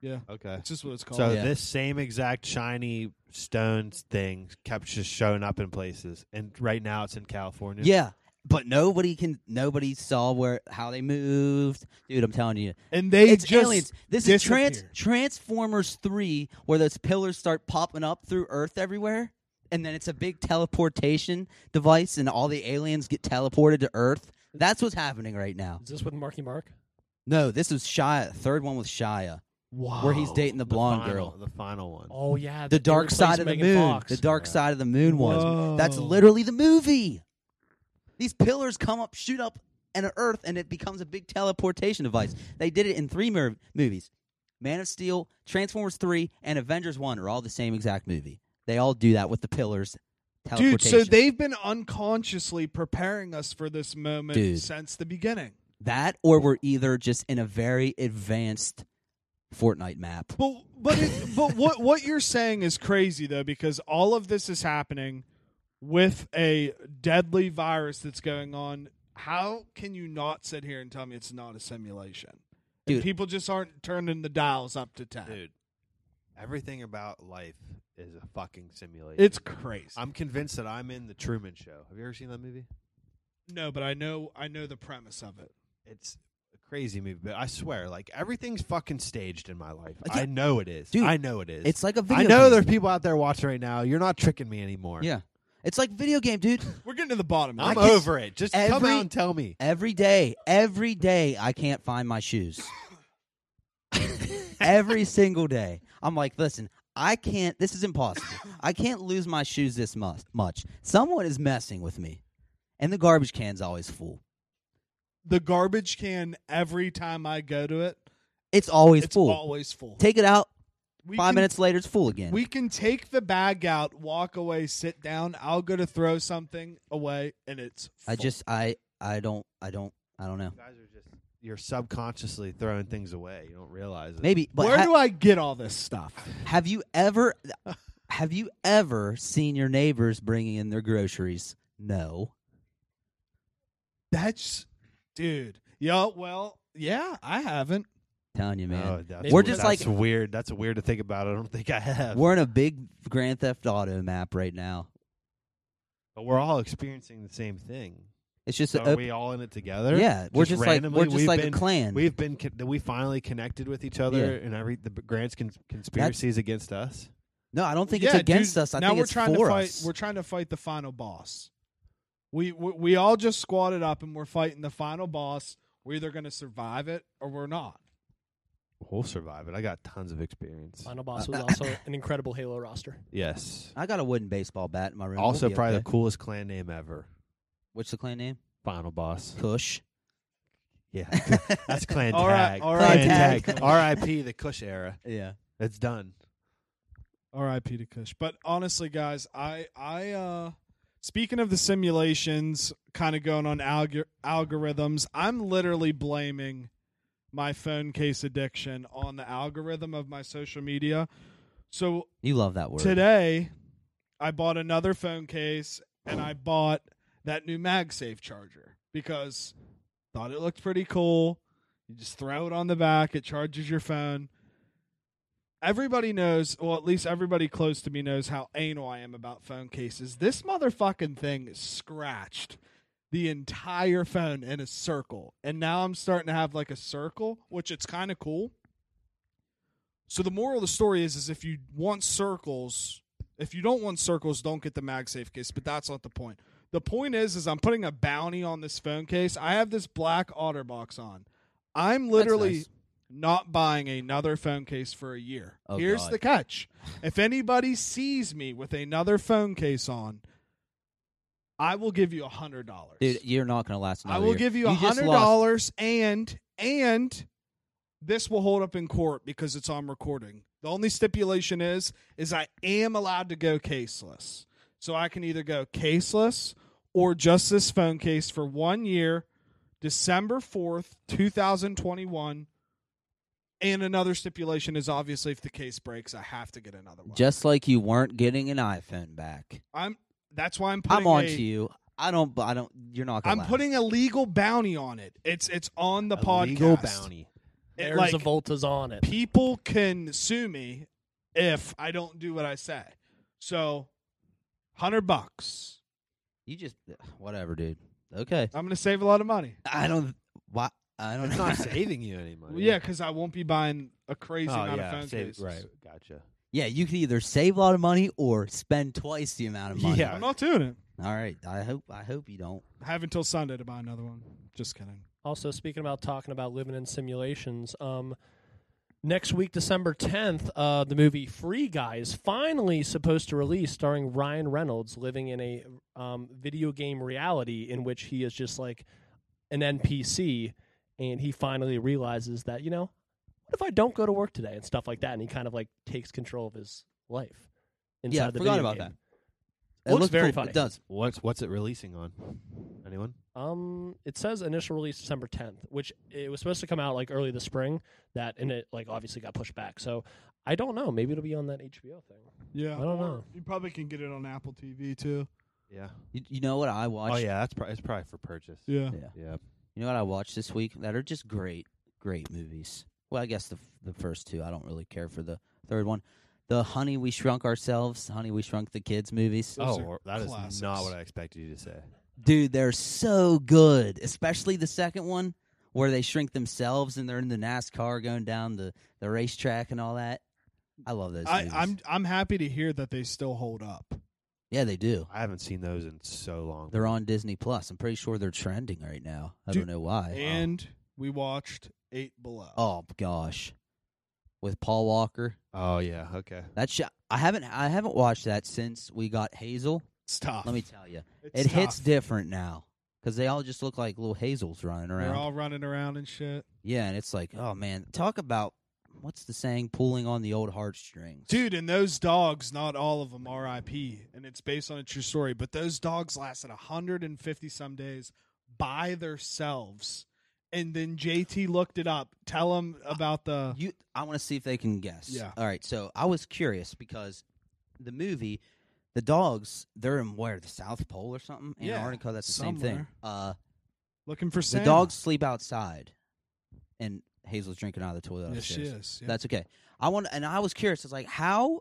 E: Yeah,
D: Okay.
E: it's just what it's called.
D: So
C: Yeah.
D: this same exact shiny stone thing kept just showing up in places, and right now it's in California.
C: Yeah, but nobody can. Nobody saw where how they moved, dude. I'm telling you,
E: and they
C: it's
E: just
C: aliens. This is trans,
E: disappeared.
C: Transformers Three, where those pillars start popping up through Earth everywhere, and then it's a big teleportation device, and all the aliens get teleported to Earth. That's what's happening right now.
F: Is this with Marky Mark?
C: No, this is Shia. Third one with Shia,
F: Wow.
C: where he's dating the blonde
D: final-
C: girl.
D: Oh, The final one.
F: Oh yeah,
C: The
F: that they
C: dark
F: replaced
C: side of the
F: Megan
C: moon.
F: Fox.
C: The dark side of the moon
E: Whoa.
C: one. That's literally the movie. These pillars come up, shoot up, and Earth, and it becomes a big teleportation device. They did it in three mer- movies: Man of Steel, Transformers Three, and Avengers One are all the same exact movie. They all do that with the pillars.
E: Dude,
C: Teleportation.
E: so they've been unconsciously preparing us for this moment
C: Dude.
E: since the beginning.
C: that, or we're either just in a very advanced Fortnite map.
E: But but it, but what what you're saying is crazy though because all of this is happening with a deadly virus that's going on. How can you not sit here and tell me it's not a simulation? And
C: Dude.
E: people just aren't turning the dials up to ten.
D: dude, everything about life is a fucking simulation.
E: It's crazy.
D: I'm convinced that I'm in the Truman Show. Have you ever seen that movie?
E: no, but I know I know the premise of it.
D: It's a crazy movie, but I swear, like everything's fucking staged in my life.
C: Yeah.
D: I know it is.
C: Dude,
D: I know it is.
C: It's like a video.
D: I know
C: game.
D: there's people out there watching right now. You're not tricking me anymore.
C: Yeah, it's like video game, dude.
E: We're getting to the bottom. of
D: I'm
E: it.
D: over it. Just come
C: every-
D: out and tell me.
C: Every day, every day, I can't find my shoes.
E: [laughs]
C: every single day, I'm like, listen, I can't. This is impossible. I can't lose my shoes this mu- much. Someone is messing with me, and the garbage can's always full.
E: the garbage can every time I go to it.
C: It's always
E: It's
C: full.
E: always full.
C: Take it out.
E: We
C: five
E: can-
C: minutes later, it's full again.
E: We can take the bag out, walk away, sit down. I'll go to throw something away, and it's.
C: I
E: full.
C: just, I, I don't, I don't, I don't know.
D: You guys are just you're subconsciously throwing things away. You don't realize it.
C: Maybe, but
E: Where
C: ha-
E: do I get all this stuff?
C: have you
E: [laughs]
C: ever, have you ever seen your neighbors bringing in their groceries? No.
E: That's, dude. Yeah. Well, yeah. I haven't.
C: Telling you,
E: Oh,
C: man.
D: No, Oh, that's,
F: We're
D: weird.
F: just
D: That's
C: like-
D: weird. That's weird to think about. I don't think I have.
C: We're in a big Grand Theft Auto map right now.
D: but we're all experiencing the same thing.
C: It's just
D: So
C: a
D: are
C: op-
D: we all in it together?
C: uh, yeah. We're just, like
D: randomly?
C: we're just
D: We've
C: like
D: been-
C: a clan.
D: We've been con- that we finally connected with each other,
C: Yeah.
D: and every the b- Grant's con- conspiracies against us.
C: no, I don't think
E: Yeah,
C: it's against
E: dude,
C: us. I
E: now
C: think
E: we're
C: it's
E: trying
C: for
E: to fight.
C: us.
E: We're trying to fight the final boss. We, we we all just squatted up and we're fighting the final boss. We're either going to survive it or we're not.
D: We'll survive it. I got tons of experience.
F: Final
C: [laughs]
F: Boss was also an incredible Halo roster.
D: Yes.
C: I got a wooden baseball bat in my room. We'll
D: Also,
C: be
D: probably
C: okay.
D: the coolest clan name ever.
C: what's the clan
E: [laughs]
C: name?
D: Final boss.
C: Cush.
D: Yeah, [laughs] that's clan
E: All right,
D: tag.
E: all
C: right.
D: Clan
C: Tag.
D: tag. R.I.P. the Kush era.
C: [laughs] Yeah.
D: It's done.
E: R.I.P. to Kush. But honestly, guys, I I uh Speaking of the simulations, kind of going on algor- algorithms, I'm literally blaming my phone case addiction on the algorithm of my social media. So
C: You love that word.
E: Today, I bought another phone case and I bought that new MagSafe charger because thought it looked pretty cool. You just throw it on the back, it charges your phone. Everybody knows, well, at least everybody close to me knows how anal I am about phone cases. This motherfucking thing scratched the entire phone in a circle. And now I'm starting to have like a circle, which it's kind of cool. So the moral of the story is, is if you want circles, if you don't want circles, don't get the MagSafe case. But that's not the point. The point is, is I'm putting a bounty on this phone case. I have this black OtterBox on. I'm literally
C: nice.
E: not buying another phone case for a year.
C: Oh,
E: Here's
C: God.
E: the catch: if anybody sees me with another phone case on, I will give you a hundred dollars.
C: Dude, you're not going to last another
E: I will
C: year.
E: give you a
C: just
E: hundred
C: lost-
E: dollars and and this will hold up in court because it's on recording. The only stipulation is is I am allowed to go caseless. So I can either go caseless or just this phone case for one year, December fourth, two thousand twenty one. And another stipulation is obviously if the case breaks, I have to get another one.
C: Just like you weren't getting an iPhone back.
E: I'm that's why I'm putting
C: I'm on
E: a-
C: to you. I don't. I don't. You're not. Gonna
E: I'm
C: last.
E: putting a legal bounty on it. It's it's on the podcast.
D: Legal bounty.
E: It,
F: There's
E: like,
F: a Volta's on it.
E: people can sue me if I don't do what I say. So, hundred bucks.
C: You just whatever, dude. Okay.
E: I'm gonna save a lot of money.
C: I don't. Why? I don't. [laughs]
D: It's not saving you any money.
E: Well, yeah, because I won't be buying a crazy
D: Oh,
E: amount
D: yeah,
E: of phone
D: save-
E: cases.
D: Right. Gotcha.
C: yeah, you can either save a lot of money or spend twice the amount of money.
D: Yeah.
E: I'm not doing it.
C: All right. I hope. I hope you don't.
E: I have until Sunday to buy another one. Just kidding.
F: Also, speaking about talking about living in simulations, um, next week, December 10th, uh, the movie Free Guy is finally supposed to release, starring Ryan Reynolds living in a um, video game reality in which he is just like an NPC and he finally realizes that, you know, what if I don't go to work today and stuff like that? And he kind of like takes control of his life. Inside
C: yeah. I
F: the
C: forgot
F: video
C: about
F: game.
C: that.
F: Looks
C: it looks
F: very
C: cool.
F: funny.
C: It does.
D: What's what's it releasing on? Anyone?
F: Um, it says initial release December 10th, which it was supposed to come out like early this spring. That and it like obviously got pushed back. So I don't know. Maybe it'll be on that HBO thing.
E: Yeah,
F: I don't
E: or
F: know.
E: You probably can get it on Apple TV too.
D: Yeah.
C: You, you know what I watched?
D: oh yeah, that's pro- it's probably for purchase.
E: Yeah,
C: Yeah.
D: Yeah.
C: You know what I watched this week that are just great, great movies. Well, I guess the f- the first two. I don't really care for the third one. The Honey We Shrunk Ourselves, Honey We Shrunk the Kids movies.
E: Those
D: oh,
E: are
D: or- that is
E: classics.
D: not what I expected you to say.
C: Dude, they're so good, especially the second one where they shrink themselves and they're in the NASCAR going down the, the racetrack and all that. I love those.
E: I,
C: movies.
E: I'm I'm happy to hear that they still hold up.
C: yeah, they do.
D: I haven't seen those in so long.
C: They're on Disney Plus. I'm pretty sure they're trending right now. I
E: Dude,
C: don't know why. Um,
E: And we watched Eight Below.
C: Oh gosh, with Paul Walker.
D: oh yeah. Okay.
C: That sh- I haven't I haven't watched that since we got Hazel.
E: it's tough.
C: Let me tell you, it
E: It's
C: hits
E: tough.
C: different now because they all just look like little hazels running
E: They're
C: around.
E: all running around and shit.
C: Yeah, and it's like, oh man, talk about what's the saying? Pulling on the old heartstrings,
E: Dude, and those dogs, not all of them RIP, and it's based on a true story, but those dogs lasted 150 some days by themselves. And then JT looked it up. Tell him about the.
C: You, I want to see if they can guess.
E: Yeah.
C: All right. So I was curious because the movie, the dogs, they're in where the South Pole or something,
E: Yeah,
C: Antarctica. that's the same thing.
E: somewhere.
C: Uh,
E: Looking for
C: the
E: Santa.
C: dogs sleep outside, and Hazel's drinking out of the toilet.
E: Yes,
C: upstairs.
E: she is. Yeah.
C: Oh, That's okay. I want, and I was curious. It's like how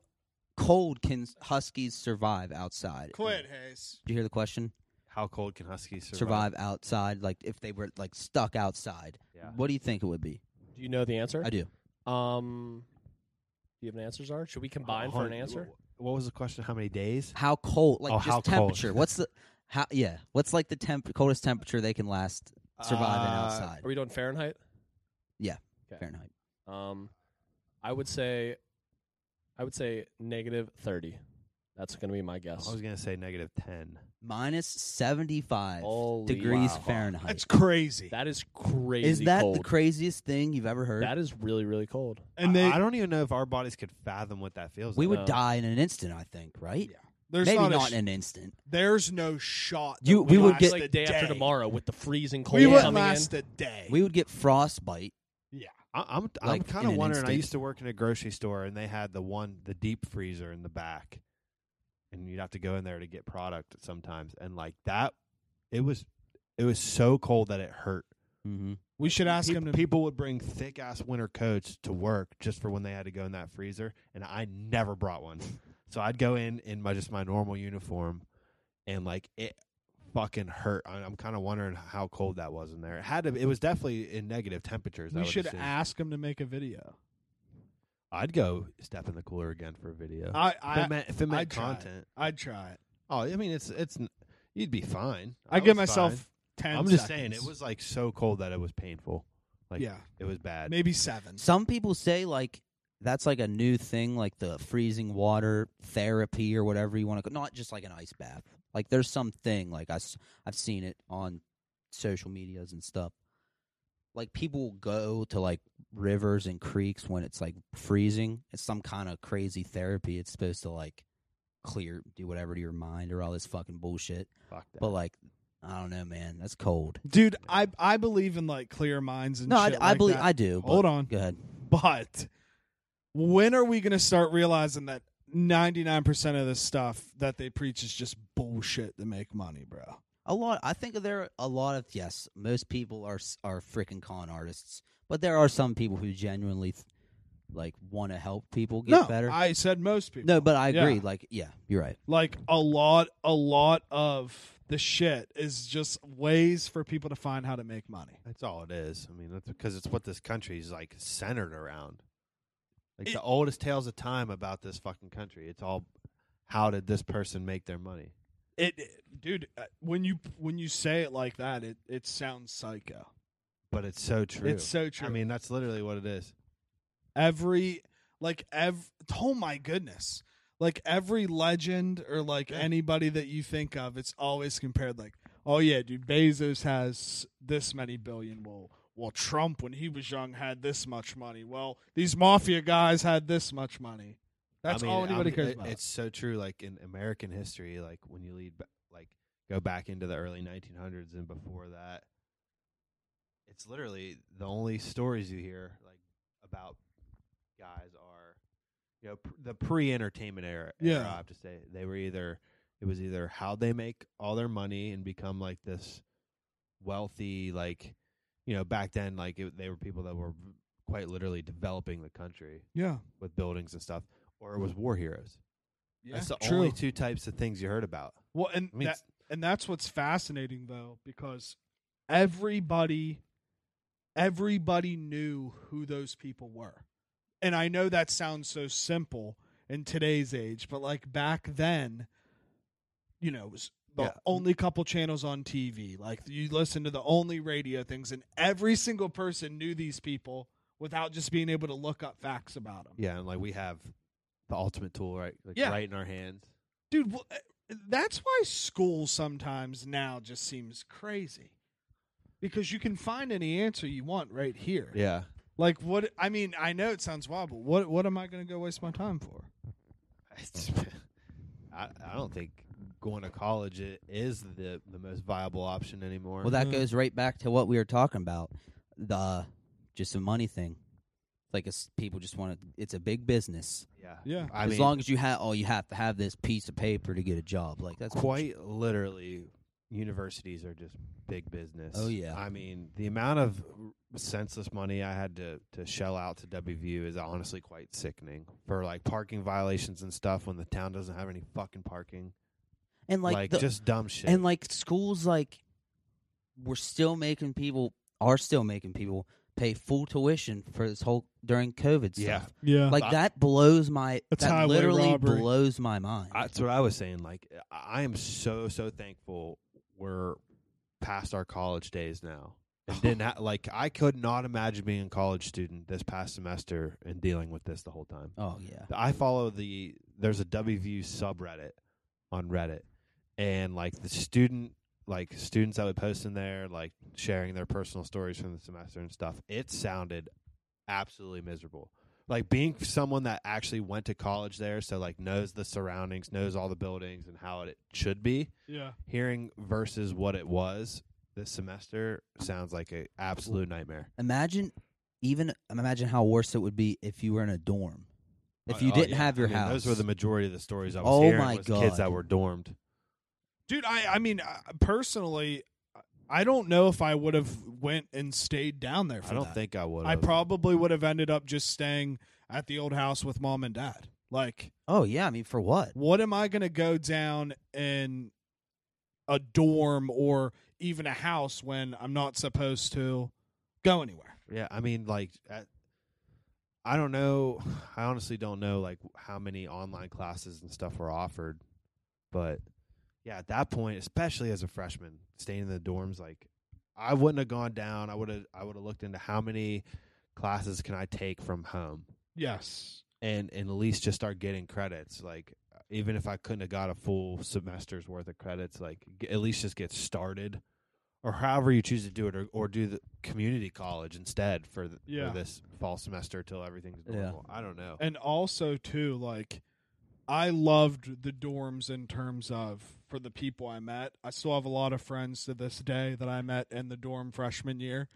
C: cold can huskies survive outside?
E: Quit, Hayes.
C: Did you hear the question?
D: How cold can huskies survive?
C: Survive outside, like if they were like stuck outside.
D: Yeah.
C: What do you think it would be?
F: Do you know the answer?
C: I do.
F: Um, do you have an answer, Zard? Should we combine for an
D: Hold on.
F: answer?
D: What was the question? How many days?
C: How cold? Like
D: Oh,
C: just
D: how cold.
C: temperature. What's the how? Yeah. What's like the temp coldest temperature they can last surviving
D: Uh,
C: outside?
F: Are we doing Fahrenheit?
C: Fahrenheit.
F: Um, I would say, I would say negative thirty. That's gonna be my guess.
C: Oh,
D: I was gonna say negative ten.
C: Minus seventy-five
F: Holy
C: degrees
F: wow.
C: Fahrenheit.
E: That's crazy.
F: That is crazy.
C: Is that
F: cold.
C: the craziest thing you've ever heard?
F: That is really really cold.
E: and they.
D: I, I don't even know if our bodies could fathom what that feels.
C: we
D: like.
C: would
F: No.
C: die in an instant, I think. Right?
E: Yeah. There's
C: Maybe
E: not, a
C: not
E: sh-
C: in an instant.
E: there's no shot. that
C: You- we would
E: last
C: get-
E: a
F: like the day, after
E: day.
F: tomorrow with the freezing cold
E: We would
F: coming in.
E: last a day.
C: We would get frostbite.
D: I, I'm I'm
C: Like,
D: kind
C: in
D: of
C: an
D: wondering. I
C: instant.
D: used to work in a grocery store, and they had the one the deep freezer in the back, and you'd have to go in there to get product sometimes. And like that, it was it was so cold that it hurt.
C: Mm-hmm.
E: we should ask
D: Peop-
E: him to.
D: People would bring thick ass winter coats to work just for when they had to go in that freezer, and I never brought one. so I'd go in in my just my normal uniform, and like it fucking hurt. I, I'm kind of wondering how cold that was in there. It had to. It was definitely in negative temperatures. I
E: we
D: would
E: should
D: assume.
E: ask him to make a video.
D: I'd go step in the cooler again for a video.
E: I
D: if it
E: I
D: meant, if it meant
E: I'd try it.
D: content,
E: I'd try it.
D: oh, I mean, it's it's n- you'd be fine.
E: I
D: would
E: give myself ten.
D: I'm just saying, it
E: seconds.
D: was like so cold that it was painful. Like,
E: yeah,
D: it was bad.
E: maybe seven.
C: Some people say like that's like a new thing, like the freezing water therapy or whatever you want to. Not just like an ice bath. Like there's some thing like I have seen it on social medias and stuff. Like people go to like rivers and creeks when it's like freezing. It's some kind of crazy therapy. It's supposed to like clear, do whatever to your mind or all this fucking bullshit.
D: Fuck that.
C: But like, I don't know, man. That's cold.
E: Dude, I I believe in like clear minds and
C: No, I,
E: shit
C: I
E: like
C: believe
E: that.
C: I do. but-
E: Hold on.
C: Go ahead.
E: But when are we going to start realizing that 99% of the stuff that they preach is just bullshit to make money, bro?
C: A lot. I think there are a lot of yes. Most people are s- are freaking con artists, but there are some people who genuinely th- like want to help people get
E: no,
C: better.
E: I said most people.
C: no, but I agree.
E: Yeah.
C: Like, yeah, you're right.
E: Like a lot a lot of the shit is just ways for people to find how to make money.
D: That's all it is. I mean, that's because it's what this country is like centered around. Like
E: It-
D: the oldest tales of time about this fucking country. It's all how did this person make their money?
E: It, it- dude, uh, when you when you say it like that, it it sounds psycho.
D: But it's so true.
E: It's so true.
D: I mean, that's literally what it is.
E: every like ev oh my goodness like every legend or like
D: Yeah.
E: anybody that you think of it's always compared like oh yeah dude bezos has this many billion well well trump when he was young had this much money well these mafia guys had this much money that's
D: I mean,
E: all anybody
D: I'm-
E: cares
D: it-
E: about
D: It's so true. Like in American history, like when you lead, ba- like go back into the early 1900s and before that, it's literally the only stories you hear like about guys are, you know, pr- the pre-entertainment era. era,
E: Yeah.
D: I have to say they were either it was either how they make all their money and become like this wealthy, like you know, back then, like it, they were people that were quite literally developing the country
E: yeah
D: with buildings and stuff, or it was war heroes.
E: yeah
D: That's the
E: true
D: only two types of things you heard about.
E: well and
D: I mean,
E: that, and that's what's fascinating though because everybody everybody knew who those people were and i know that sounds so simple in today's age but like back then you know it was the
D: Yeah.
E: only couple channels on tv like you listen to the only radio things and every single person knew these people without just being able to look up facts about them
D: yeah, and like we have the ultimate tool, right? Like
E: Yeah.
D: right in our hands.
E: dude well, uh, that's why school sometimes now just seems crazy because you can find any answer you want right here
D: Yeah,
E: like what i mean i know it sounds wild but what, what am i going to go waste my time for
D: [laughs] I, I don't think going to college i- is the the most viable option anymore.
C: Well, that
F: Mhm.
C: goes right back to what we were talking about. The just a money thing. Like it's, people just want to. It's a big business.
D: yeah,
E: yeah
D: I
C: as
D: mean,
C: long as you have, oh, you have to have this piece of paper to get a job. Like that's bullshit.
D: quite literally, universities are just big business.
C: Oh, yeah.
D: I mean, the amount of senseless money I had to to shell out to WVU is honestly quite sickening for like parking violations and stuff when the town doesn't have any fucking parking.
C: and
D: like,
C: like, the,
D: just dumb shit.
C: And like schools, like we're still making people are still making people pay full tuition for this whole during COVID
D: Yeah.
C: stuff.
E: yeah
C: Like
D: I-
C: that blows my
E: That's
C: that
E: highway
C: literally
E: robbery.
C: blows my mind.
D: that's what I was saying. Like I I am so so thankful we're past our college days now. And didn't ha- like I could not imagine being a college student this past semester and dealing with this the whole time.
C: oh yeah.
D: I follow the there's a WVU subreddit on Reddit, and like the student like students that would post in there like sharing their personal stories from the semester and stuff. It sounded absolutely miserable. like being someone that actually went to college there, so like knows the surroundings, knows all the buildings and how it should be.
E: Yeah.
D: Hearing versus what it was this semester sounds like a absolute nightmare.
C: Imagine, even imagine how worse it would be if you were in a dorm, if
D: Oh,
C: you
D: oh,
C: didn't
D: yeah.
C: have your
D: I mean,
C: house.
D: Those were the majority of the stories I was
C: Oh
D: hearing
C: my
D: was kids that
C: God.
D: were dormed.
E: Dude, I I mean uh, personally I don't know if I would have went and stayed down there for
D: I don't
E: that.
D: think I would.
E: I probably would have ended up just staying at the old house with mom and dad. Like,
C: oh yeah, I mean for what?
E: what am I going to go down in a dorm or even a house when I'm not supposed to go anywhere?
D: Yeah, I mean, like, at, I don't know. I honestly don't know like how many online classes and stuff were offered, but yeah, at that point, especially as a freshman, staying in the dorms, like, I wouldn't have gone down. I would have. I would have looked into how many classes can I take from home,
E: Yes.
D: and and at least just start getting credits. Like, even if I couldn't have got a full semester's worth of credits, like, g- at least just get started. Or however you choose to do it, or, or do the community college instead for, the,
E: Yeah.
D: for this fall semester till everything's
C: Yeah.
D: normal. I don't know.
E: And also too like I loved the dorms in terms of for the people I met. I still have a lot of friends to this day that I met in the dorm freshman year.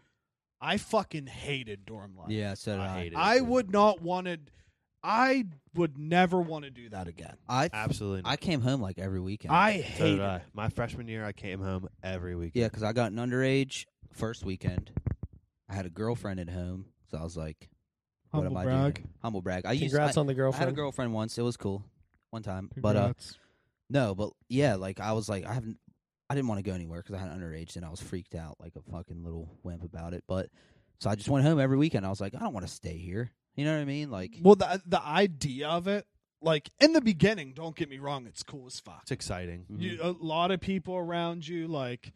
E: I fucking hated dorm life.
C: Yeah, so did I.
D: I hate it.
E: I would not wanted I would never want to do that again.
C: I
D: absolutely. Not.
C: I came home like every weekend.
E: I
D: so
E: hate
D: did I. My freshman year, I came home every weekend.
C: Yeah, because I got an underage first weekend. I had a girlfriend at home, so I was like, "What
E: Humble
C: am I
E: brag.
C: doing?" Humble brag. I used. I,
F: Congrats on the
C: I had a
F: girlfriend.
C: girlfriend once. It was cool, one time. But uh, no, but yeah, like I was like, I haven't. I didn't want to go anywhere because I had underage and I was freaked out like a fucking little wimp about it. But so I just went home every weekend. I was like, I don't want to stay here. You know what I mean? Like,
E: Well, the the idea of it, like in the beginning, don't get me wrong, it's cool as fuck.
D: It's exciting.
E: You, a lot of people around you, like,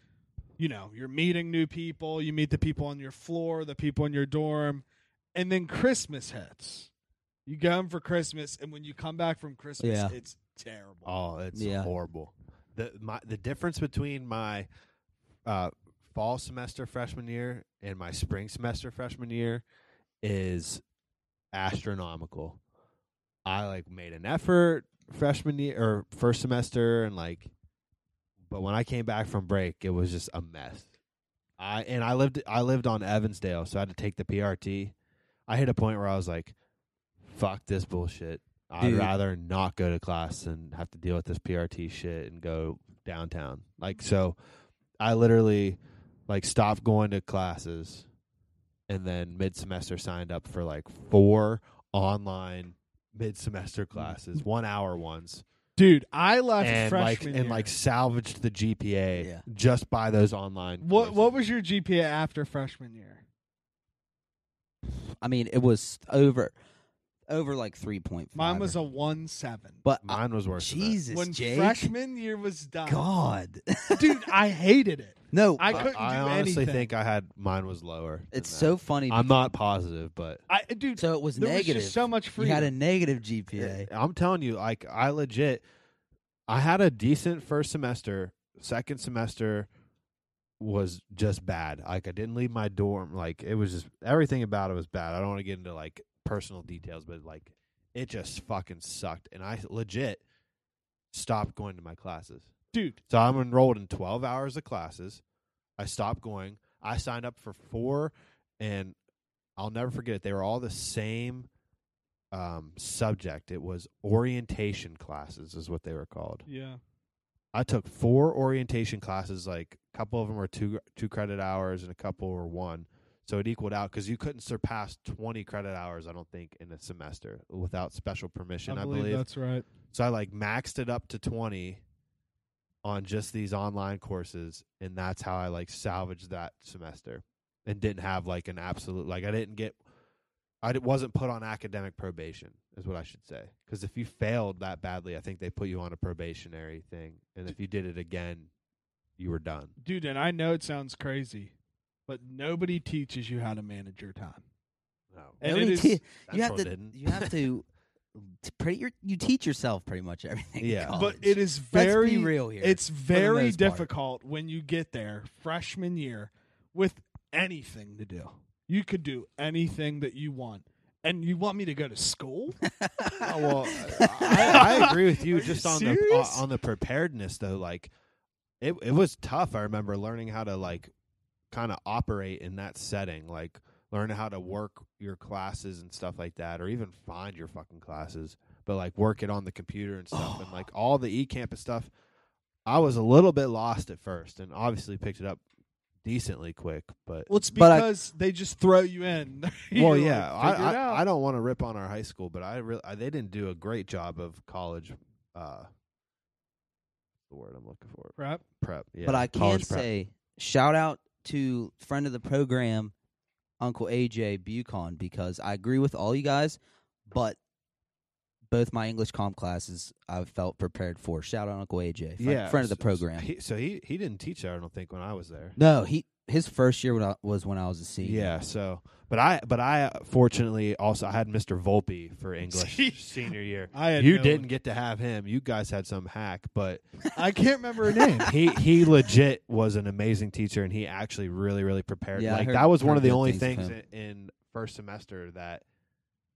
E: you know, you're meeting new people. You meet the people on your floor, the people in your dorm, and then Christmas hits. You go home for Christmas, and when you come back from Christmas,
C: Yeah.
E: it's terrible.
D: Oh, it's
C: Yeah.
D: horrible. The my the difference between my uh, fall semester freshman year and my spring semester freshman year is astronomical. I like made an effort freshman year or first semester and like but when I came back from break it was just a mess. I and I lived I lived on Evansdale, so I had to take the PRT. I hit a point where I was like, fuck this bullshit. I'd
C: Dude.
D: rather not go to class and have to deal with this PRT shit and go downtown. Like so I literally like stopped going to classes and then mid semester signed up for like four online mid semester
E: Mm.
D: classes, one hour ones.
E: Dude, I left
D: And like
E: freshman
D: and
E: year.
D: like salvaged the GPA
C: Yeah.
D: just by those online
E: what what
D: courses.
E: was your GPA after freshman year?
C: I mean, it was over, over like three point five.
E: Mine was a one seven.
C: but I,
D: mine was worse. than that.
C: Jesus,
E: When
C: Jake.
E: freshman year was done,
C: God,
E: dude, I hated it.
C: [laughs] no,
E: I
D: I,
E: couldn't
D: I
E: do
D: honestly
E: anything.
D: think I had mine was lower. than
C: it's
D: that.
C: so funny.
D: I'm not positive, but
E: I dude,
C: so it was
E: there
C: negative.
E: was just so much
C: you
E: freedom.
C: had a negative GPA.
D: I'm telling you, like I legit, I had a decent first semester. Second semester was just bad. Like I didn't leave my dorm. Like it was just everything about it was bad. I don't want to get into like personal details, but like it just fucking sucked. And I legit stopped going to my classes.
E: dude,
D: So I'm enrolled in 12 hours of classes. I stopped going. I signed up for four, and I'll never forget it. They were all the same um, subject. It was orientation classes, is what they were called.
E: yeah,
D: I took four orientation classes. Like a couple of them were two two credit hours, and a couple were one. So it equaled out because you couldn't surpass 20 credit hours, I don't think, in a semester without special permission. I believe.
E: that's right.
D: So I like maxed it up to 20 on just these online courses and that's how I like salvaged that semester and didn't have like an absolute like I didn't get I di- wasn't put on academic probation is what I should say cuz if you failed that badly I think they put you on a probationary thing and if you did it again you were done.
E: Dude, and I know it sounds crazy, but nobody teaches you how to manage your time.
D: No.
E: And
C: Nobody
E: it is,
C: te-
D: That
C: you have
D: troll
C: to.
D: didn't.
C: You have to. t- pretty, your you teach yourself pretty much everything. in
D: Yeah. But
E: but
C: college.
E: it is
C: Let's
E: very
C: be real here. [laughs]
E: It's very
C: most part.
E: difficult when you get there freshman year with anything to do. You could do anything that you want, and you want me to go to school?
D: Oh, well, [laughs] I, I agree with you
E: Are
D: just
E: you
D: on the uh,
E: serious?
D: on the preparedness though. Like it it was tough. I remember learning how to like kind of operate in that setting, like learning how to work your classes and stuff like that, or even find your fucking classes, but like work it on the computer and stuff, and like all the eCampus stuff. I was a little bit lost at first, and obviously picked it up decently quick, but.
E: Well, it's
C: But I-
E: because they just throw you in. [laughs] You're
D: Well,
E: like,
D: yeah, I,
E: "Figure it out."
D: I, I don't want to rip on our high school, but I really I, they didn't do a great job of college. Uh, the word I'm looking for
E: Right.
D: prep. Yeah,
C: but I can
D: college prep.
C: say, shout out to friend of the program, Uncle AJ Bucon, because I agree with all you guys, but both my English comp classes I felt prepared for. Shout out Uncle AJ, fri-
D: yeah,
C: friend of the
D: so- so
C: program.
D: He, so he he didn't teach that. I don't think when I was there.
C: no, he his first year when I- was when I was a senior.
D: Yeah, so but I but I uh, fortunately also I had Mr. Volpe
E: [laughs]
D: for
E: See?
D: English senior year.
E: I had
D: You
E: no
D: didn't get to have him. You guys had some hack, but
E: I can't remember her name.
D: he he legit was an amazing teacher and he actually really really prepared
C: Yeah, I
D: like
C: heard-
D: that was one
C: heard
D: of the
C: good
D: only
C: things
D: things
C: of
D: in, in first semester that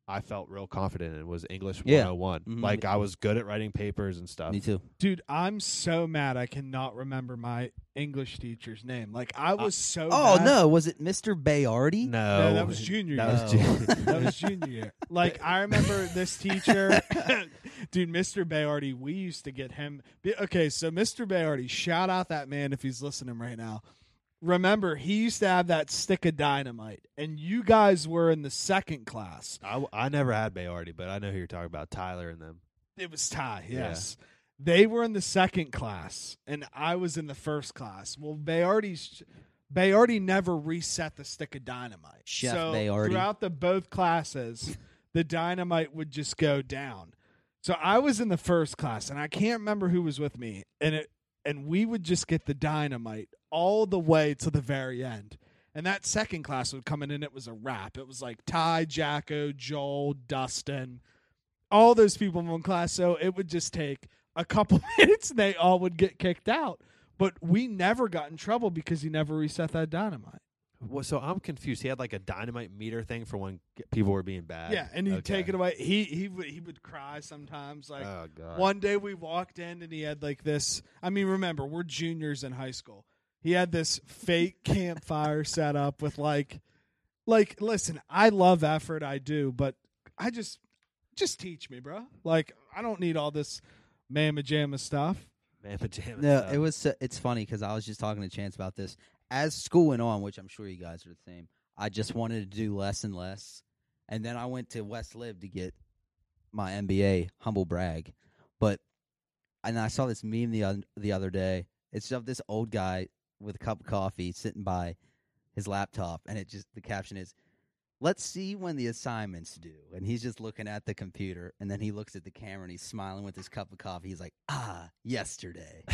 D: i felt real confident in was english
C: Yeah.
D: 101
C: Mhm.
D: like i was good at writing papers and stuff
C: Me too.
E: Dude, I'm so mad I cannot remember my English teacher's name. Like I was so
C: Oh
E: bad.
C: no, was it Mr. Bayardi?
D: no,
E: No,
D: [laughs]
E: that was junior
D: that
E: year.
D: was
C: No.
D: junior
E: That was junior year. Like I remember this teacher, [laughs] dude, Mr. Bayardi. We used to get him. be- Okay, so Mr. Bayardi, shout out that man if he's listening right now. Remember, he used to have that stick of dynamite, and you guys were in the second class.
D: I, w- I never had Bayardi, but I know who you're talking about, Tyler and them.
E: It was Ty,
D: Yeah.
E: yes. They were in the second class, and I was in the first class. Well, Bayardi's Bayardi never reset the stick of dynamite.
C: Chef
E: so
C: Bayardi.
E: throughout the both classes, the dynamite would just go down. So I was in the first class, and I can't remember who was with me, and it and we would just get the dynamite all the way to the very end. And that second class would come in, and it was a wrap. It was like Ty, Jacko, Joel, Dustin, all those people in one class. So it would just take a couple [laughs] minutes and they all would get kicked out. But we never got in trouble because he never reset that dynamite.
D: Well, so I'm confused. He had like a dynamite meter thing for when g- people were being bad.
E: yeah, and he'd
D: Okay.
E: take it away. He he would he would cry sometimes. Like
D: oh god.
E: one day we walked in and he had like this. I mean, remember we're juniors in high school. He had this fake [laughs] campfire set up with like, like listen, I love effort, I do, but I just just teach me, bro. Like I don't need all this mamma jamma stuff.
D: Man, pajamas.
C: No,
D: though.
C: it was. so- It's funny because I was just talking to Chance about this as school went on, which I'm sure you guys are the same. I just wanted to do less and less, and then I went to West Lib to get my MBA. Humble brag, but and I saw this meme the oth- the other day. It's of this old guy with a cup of coffee sitting by his laptop, and it just the caption is. Let's see when the assignments due. And he's just looking at the computer, and then he looks at the camera and he's smiling with his cup of coffee. He's like, "Ah, yesterday."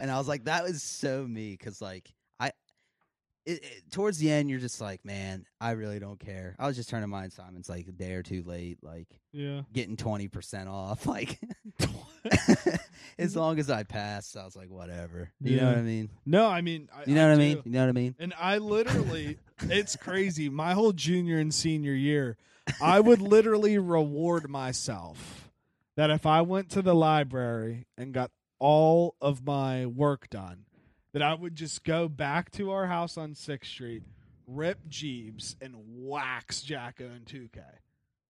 C: and I was like, that was so me because like I, it, it- towards the end, you're just like, man, I really don't care. I was just turning mine Simon's like a day or two late, like
E: Yeah.
C: getting twenty percent off, [laughs]
D: [laughs]
C: like as long as I passed, I was like, whatever. You know what
E: Yeah.
C: I mean?
E: No, I mean, I,
C: You know what I mean?
E: do.
C: You know what I mean?
E: And I literally, it's crazy. My whole junior and senior year, I would literally reward myself that if I went to the library and got all of my work done, that I would just go back to our house on Sixth Street, rip Jeebs, and wax Jacko and 2K.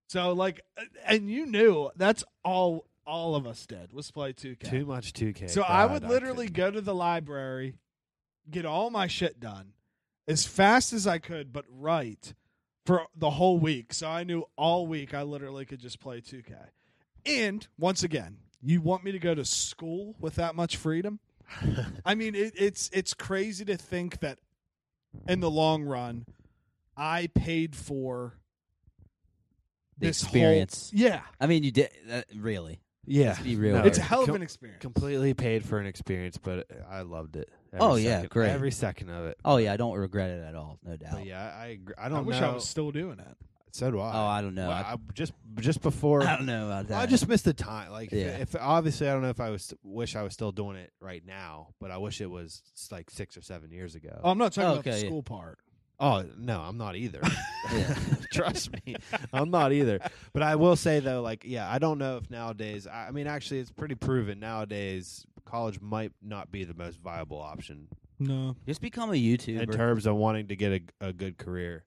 E: So like, uh, and you knew that's all all of us did was play 2K.
D: [laughs] Too much 2K.
E: So I
D: God,
E: would literally
D: couldn't.
E: go to the library, get all my shit done as fast as I could, but right for the whole week. So I knew all week I literally could just play 2K. And once again, you want me to go to school with that much
D: [laughs]
E: freedom? I mean, it, it's it's crazy to think that in the long run, I paid for
C: The
E: this whole-
C: experience.
E: yeah,
C: I mean, you did uh, really.
D: Oh, Yeah,
C: Let's
D: [laughs]
C: be real.
D: No,
C: All
E: it's a
C: right.
E: hell of
D: com-
E: an experience.
D: completely paid for an experience, but I loved it. Every
C: Oh, yeah,
D: second-
C: great.
D: every second of it.
C: Oh yeah, I don't regret it at all, no doubt.
D: But yeah, I I, agree. I
E: I
D: don't
E: wish
D: know.
E: I was still doing it.
D: so do I.
C: Oh, I don't know.
D: Well,
C: I,
D: I just just before.
C: [laughs] I don't know about that.
D: I just missed the time. Like, if-
C: Yeah.
D: if, obviously, I don't know if I was wish I was still doing it right now, but I wish it was like six or seven years ago.
E: Oh, I'm not talking about
C: Okay,
E: the
C: yeah.
E: school part.
D: Oh no, I'm
C: [laughs]
D: not either. [laughs]
C: Yeah.
D: Trust me, I'm not either. But I will say though, like, yeah, I don't know if nowadays. I, I mean, actually, it's pretty proven nowadays. College might not be the most viable option
E: No.
C: Just become a YouTuber.
D: [laughs] in terms of wanting to get a, a good career.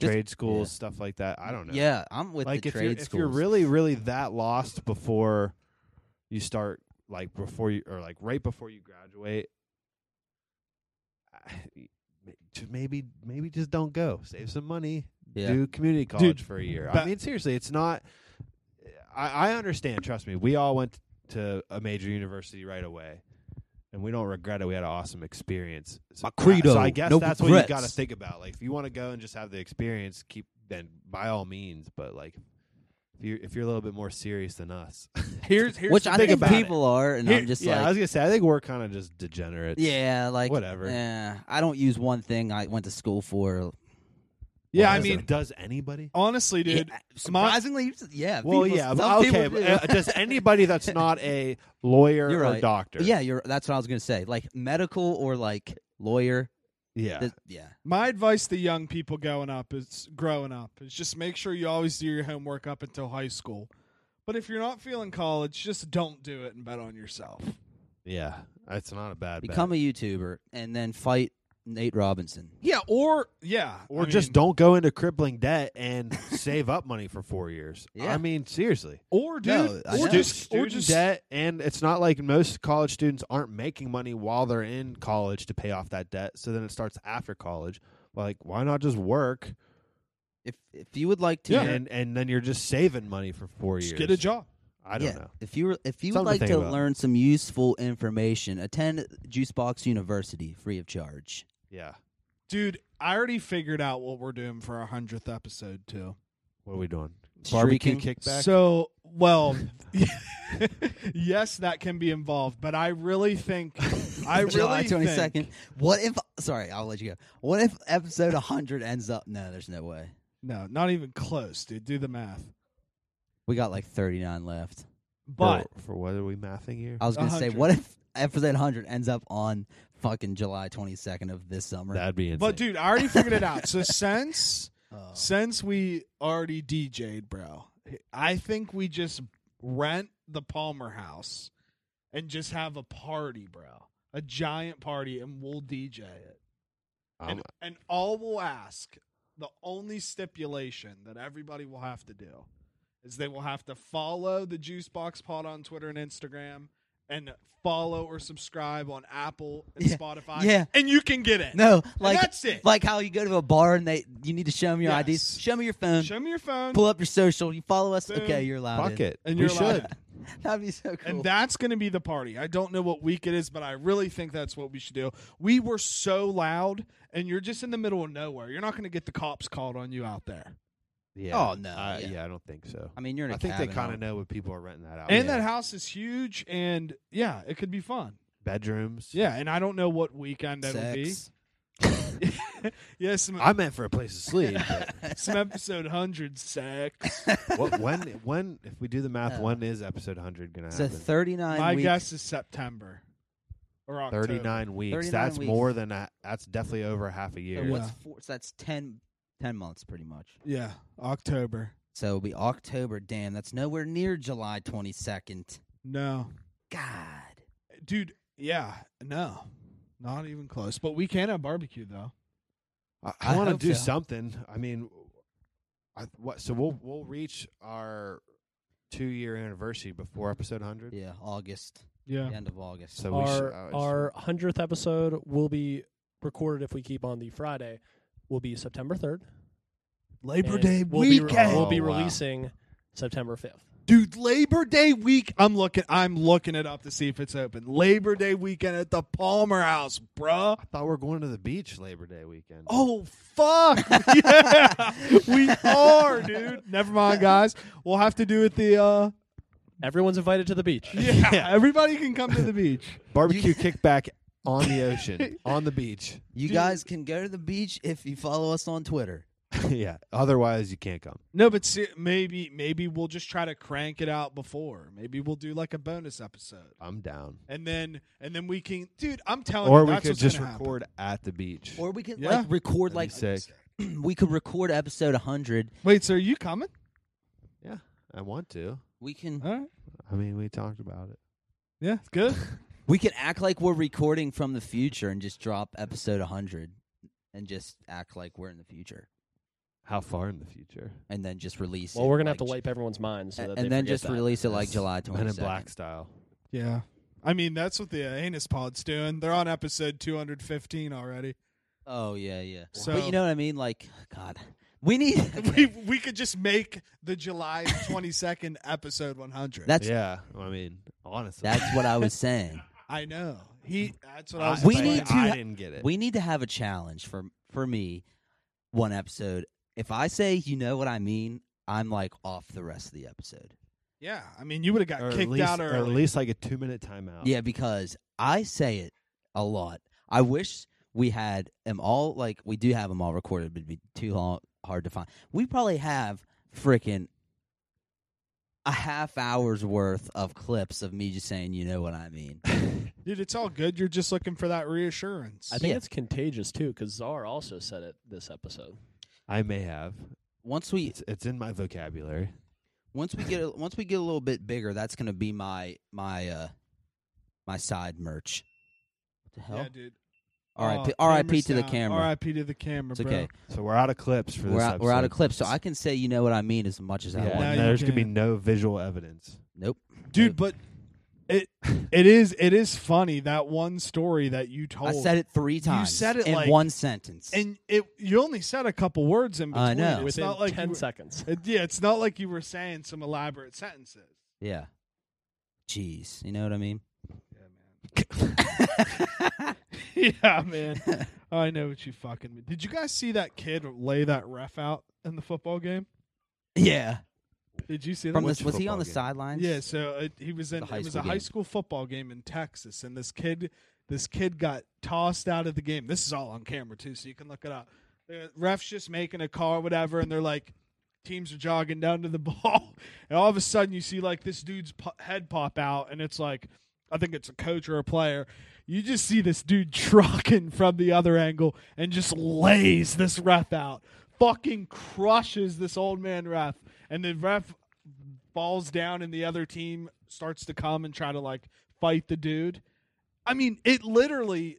C: Just-
D: Trade schools,
C: yeah.
D: stuff like that. I don't know.
C: Yeah, I'm with
D: like
C: the
D: if
C: trade
D: you're
C: schools.
D: if you're really really that lost before you start like before you or like right before you graduate, [sighs] I- just maybe maybe just don't go. Save some money.
C: Yeah.
D: Do community college for a year. I
E: ba-
D: mean, seriously, it's not. I, I understand. Trust me, we all went to a major university right away, and we don't regret it. We had an awesome experience. So,
C: My credo,
D: So I guess
C: no
D: that's what
C: regrets.
D: you got to think about. Like, if you want to go and just have the experience, keep then by all means. But like, if you're if you're a little bit more serious than us,
F: Here's here's
C: which
F: the
C: I
F: thing
C: think
F: about it.
C: people are, [laughs] and I'm just
D: [laughs] yeah, I
C: like,
D: was gonna say, I think we're kind of just degenerates.
C: yeah, like
D: Whatever.
C: Yeah, I don't use one thing I went to school for.
E: Yeah,
D: Well,
E: I
D: does
E: mean,
D: it- does anybody?
E: honestly, dude,
C: yeah, uh, surprisingly, yeah.
D: Well,
C: people-
D: yeah,
C: some
D: but- okay.
C: people
D: But,
C: do.
D: uh, does anybody that's not a lawyer
C: [laughs] You're
D: or
C: right.
D: doctor?
C: Yeah, you're. That's what I was gonna say. Like medical or like lawyer.
D: yeah.
C: th- yeah.
E: my advice to young people going up is growing up is just make sure you always do your homework up until high school. But if you're not feeling college, just don't do it and bet on yourself.
D: Yeah, it's not a bad
C: Become
D: bet.
C: a YouTuber and then fight Nate Robinson.
E: Yeah, or yeah,
D: or just don't go into crippling debt and save up money for four years.
C: Yeah.
D: I mean, seriously,
E: Or dude,
C: No, I
E: or
C: know.
E: just
D: student
E: or just
D: debt, and it's not like most college students aren't making money while they're in college to pay off that debt. So then it starts after college. Like, why not just work
C: If if you would like to,
D: and and then you're just saving money for four
E: just
D: years?
E: get a job.
D: I don't
C: yeah,
D: know.
C: If you were, if you would
D: Something to
C: like
D: think
C: to
D: about.
C: learn some useful information, attend Juicebox University free of charge.
D: Yeah,
E: Dude, I already figured out what we're doing for our hundredth episode too.
D: what are we doing?
C: Streaking.
D: Barbecue kickback.
E: So well [laughs] yes, that can be involved, but I really think I
C: [laughs]
E: really
C: July twenty
E: think-
C: second. What if? Sorry, I'll let you go. What if episode hundred ends up? No, there's no way.
E: No, not even close, dude. Do the math.
C: We got like thirty nine left.
E: But
D: for, for what are we mathing here?
C: I was gonna say,
E: 100.
C: what if episode hundred ends up on fucking July twenty second of this summer?
D: That'd be insane.
E: but dude, I already figured it out. So [laughs] since
C: Oh.
E: since we already DJ'd, bro, I think we just rent the Palmer house and just have a party, bro. A giant party and we'll DJ it.
D: I'm-
E: and, and all we'll ask, the only stipulation that everybody will have to do is they will have to follow the Juice Box Pod on Twitter and Instagram and follow or subscribe on Apple and
C: Yeah.
E: Spotify.
C: Yeah.
E: And you can get it.
C: No,
E: And
C: like
E: that's it.
C: like how you go to a bar and they you need to show them your
E: Yes.
C: IDs. Show me your phone.
E: Show me your phone.
C: pull up your social. You follow us.
E: Boom.
C: Okay, you're allowed.
D: fuck
C: in.
D: it.
E: And
D: we
E: you're
D: should.
E: allowed-
C: [laughs] That'd be so cool.
E: And that's going to be the party. I don't know what week it is, but I really think that's what we should do. We were so loud, and you're just in the middle of nowhere. You're not going to get the cops called on you out there.
D: Yeah.
C: Oh, no,
D: I-
C: yeah.
D: yeah. I don't think so.
C: I mean, you're in a
D: I think they
C: cabin,
D: kind of know when people are renting that out.
E: and
D: Oh, Yeah.
E: that house is huge, and yeah, it could be fun.
D: bedrooms.
E: Yeah, and I don't know what weekend
C: sex.
E: that'll be. [laughs] yeah, some,
D: I meant for a place to sleep.
C: [laughs]
E: [laughs] some episode 100 sex.
D: but what, when, when, if we do the math,
C: Uh,
D: when is episode 100 going to
C: It's a
D: happen?
C: 39
E: My
C: week.
E: guess is September or October.
D: 39 weeks.
C: 39
D: that's
C: weeks.
D: more than a, that's definitely over half a
C: So
D: year.
C: what's
E: Yeah.
C: four, so that's 10, 10 months pretty much.
E: Yeah, October.
C: So it'll be October. Damn, that's nowhere near July 22nd.
E: No.
C: God.
E: Dude, yeah, no. Not even close. But we can have barbecue, though.
D: I,
C: I
D: want to
C: hope
D: do
C: so.
D: something. I mean, I, what, so we'll we'll reach our two year anniversary before episode 100.
C: Yeah, August.
E: Yeah.
C: End of August.
D: So we should. I
F: our
D: just-
F: our hundredth episode will be recorded if we keep on the Friday. Will be September third.
E: Labor
F: and
E: Day
F: we'll
E: weekend.
F: Be re- we'll be
D: Oh, wow.
F: releasing September fifth.
E: Dude, Labor Day week. I'm looking. I'm looking it up to see if it's open. Labor Day weekend at the Palmer House, bruh.
D: I thought we are going to the beach Labor Day weekend.
E: Oh fuck! [laughs] yeah, we are, dude. Never mind, guys. We'll have to do it the. uh
F: Everyone's invited to the beach.
E: Yeah, [laughs] everybody can come to the beach.
D: barbecue
C: [laughs]
D: kickback on the ocean, on the beach. [laughs]
C: you guys can go to the beach if you follow us on Twitter.
D: yeah. Otherwise, you can't come.
E: No, but see, maybe maybe we'll just try to crank it out before. Maybe we'll do like a bonus episode,
D: I'm down.
E: and then and then we can, dude. I'm telling
D: or
E: you,
D: we
E: Oh, that's
D: could
E: what's
D: just
E: gonna happen.
D: record at the beach.
C: Or we could
E: Yeah.
C: like record
D: That'd
C: like
D: be sick.
C: [clears throat] we could record episode 100.
E: Wait, so are you coming?
D: Yeah, I want to.
C: We can
E: All right.
D: I mean, we talked about it.
E: Yeah, good.
C: we can act like we're recording from the future and just drop episode 100 and just act like we're in the future
D: How far in the future?
C: and then just release
F: Well,
C: it,
F: we're gonna
C: like,
F: have to wipe everyone's minds, so
C: a-
F: that
C: and
F: they
C: then
F: forget
C: just
F: that.
C: release it like
D: Yes.
C: July 22nd.
D: Men [laughs] in Black style.
E: Yeah. I mean, that's what the uh, anus pod's doing. They're on episode
C: [laughs]
E: 215 already.
C: Oh yeah, yeah.
E: So
C: but you know what I mean? Like, God, we need.
E: [laughs] we we could just make the
C: [laughs]
E: July 22nd episode 100.
C: that's
D: yeah, I mean, honestly,
C: that's what I was saying.
E: I know. He that's what I,
D: [laughs] I,
E: was
C: We
E: saying.
C: need to-
D: I
C: ha-
D: didn't get it.
C: We need to have a challenge for for me. One episode. If I say you know what I mean, I'm like off the rest of the episode.
E: Yeah, I mean, you would have got
D: or at
E: kicked
D: least,
E: out
D: or
E: early.
D: at least like a two-minute timeout.
C: Yeah, because I say it a lot. I wish we had them all. Like we do have them all recorded, but it'd be too long, hard to find. We probably have freaking a half hour's worth of clips of me just saying you know what I mean.
E: Dude, it's all good. You're just looking for that reassurance.
F: I think
C: Yeah.
F: it's contagious too, because Czar also said it this episode.
D: [laughs] I may have.
C: Once we
D: It's, it's in my vocabulary.
C: once we get a, once we get a little bit bigger, that's gonna be my my uh my side merch. What the hell?
E: yeah, dude.
C: R.I.P.
E: Oh,
C: R.I.P.
E: camera's
C: to the
E: down.
C: camera.
E: R.I.P. to the camera,
C: It's okay.
D: So we're out of clips for
C: We're
D: this.
C: out, we're out of
D: episode.
C: clips, so I can say you know what I mean as much as
D: Yeah,
C: I
E: Now
C: want.
D: and
E: you
D: there's gonna be
E: can.
D: no visual evidence.
C: Nope,
E: bro. Dude, but
C: [laughs]
E: it it is it is funny that one story that Oh, you told.
C: I said it three times.
E: said it
C: in
E: like-
C: one sentence.
E: and it you only said a couple words in between.
C: I know.
E: It's
F: Within
E: not like you
F: ten
E: were-
F: seconds.
E: It- yeah, it's not like you were saying some elaborate sentences. [laughs]
C: yeah. Jeez, you know what I mean?
E: yeah, man. [laughs] I know what you fucking mean. Did you guys see that kid lay that ref out in the football game?
C: [laughs] yeah.
E: Did you see that?
C: From this,
D: Which
C: was he
D: football
C: on the
D: game?
C: sidelines?
E: yeah, so it, he was in
C: The high
E: it was
C: school
E: a high
C: game.
E: school football game in Texas and this kid this kid got tossed out of the game. This is all on camera too, so you can look it up. The ref's just making a call or whatever and they're like teams are jogging down to the [laughs] ball and all of a sudden you see like this dude's po- head pop out and it's like I think it's a coach or a player. You just see this dude [laughs] trucking from the other angle and just lays this ref out. Fucking crushes this old man ref. And the ref falls down and the other team starts to come and try to like fight the dude. I mean, it literally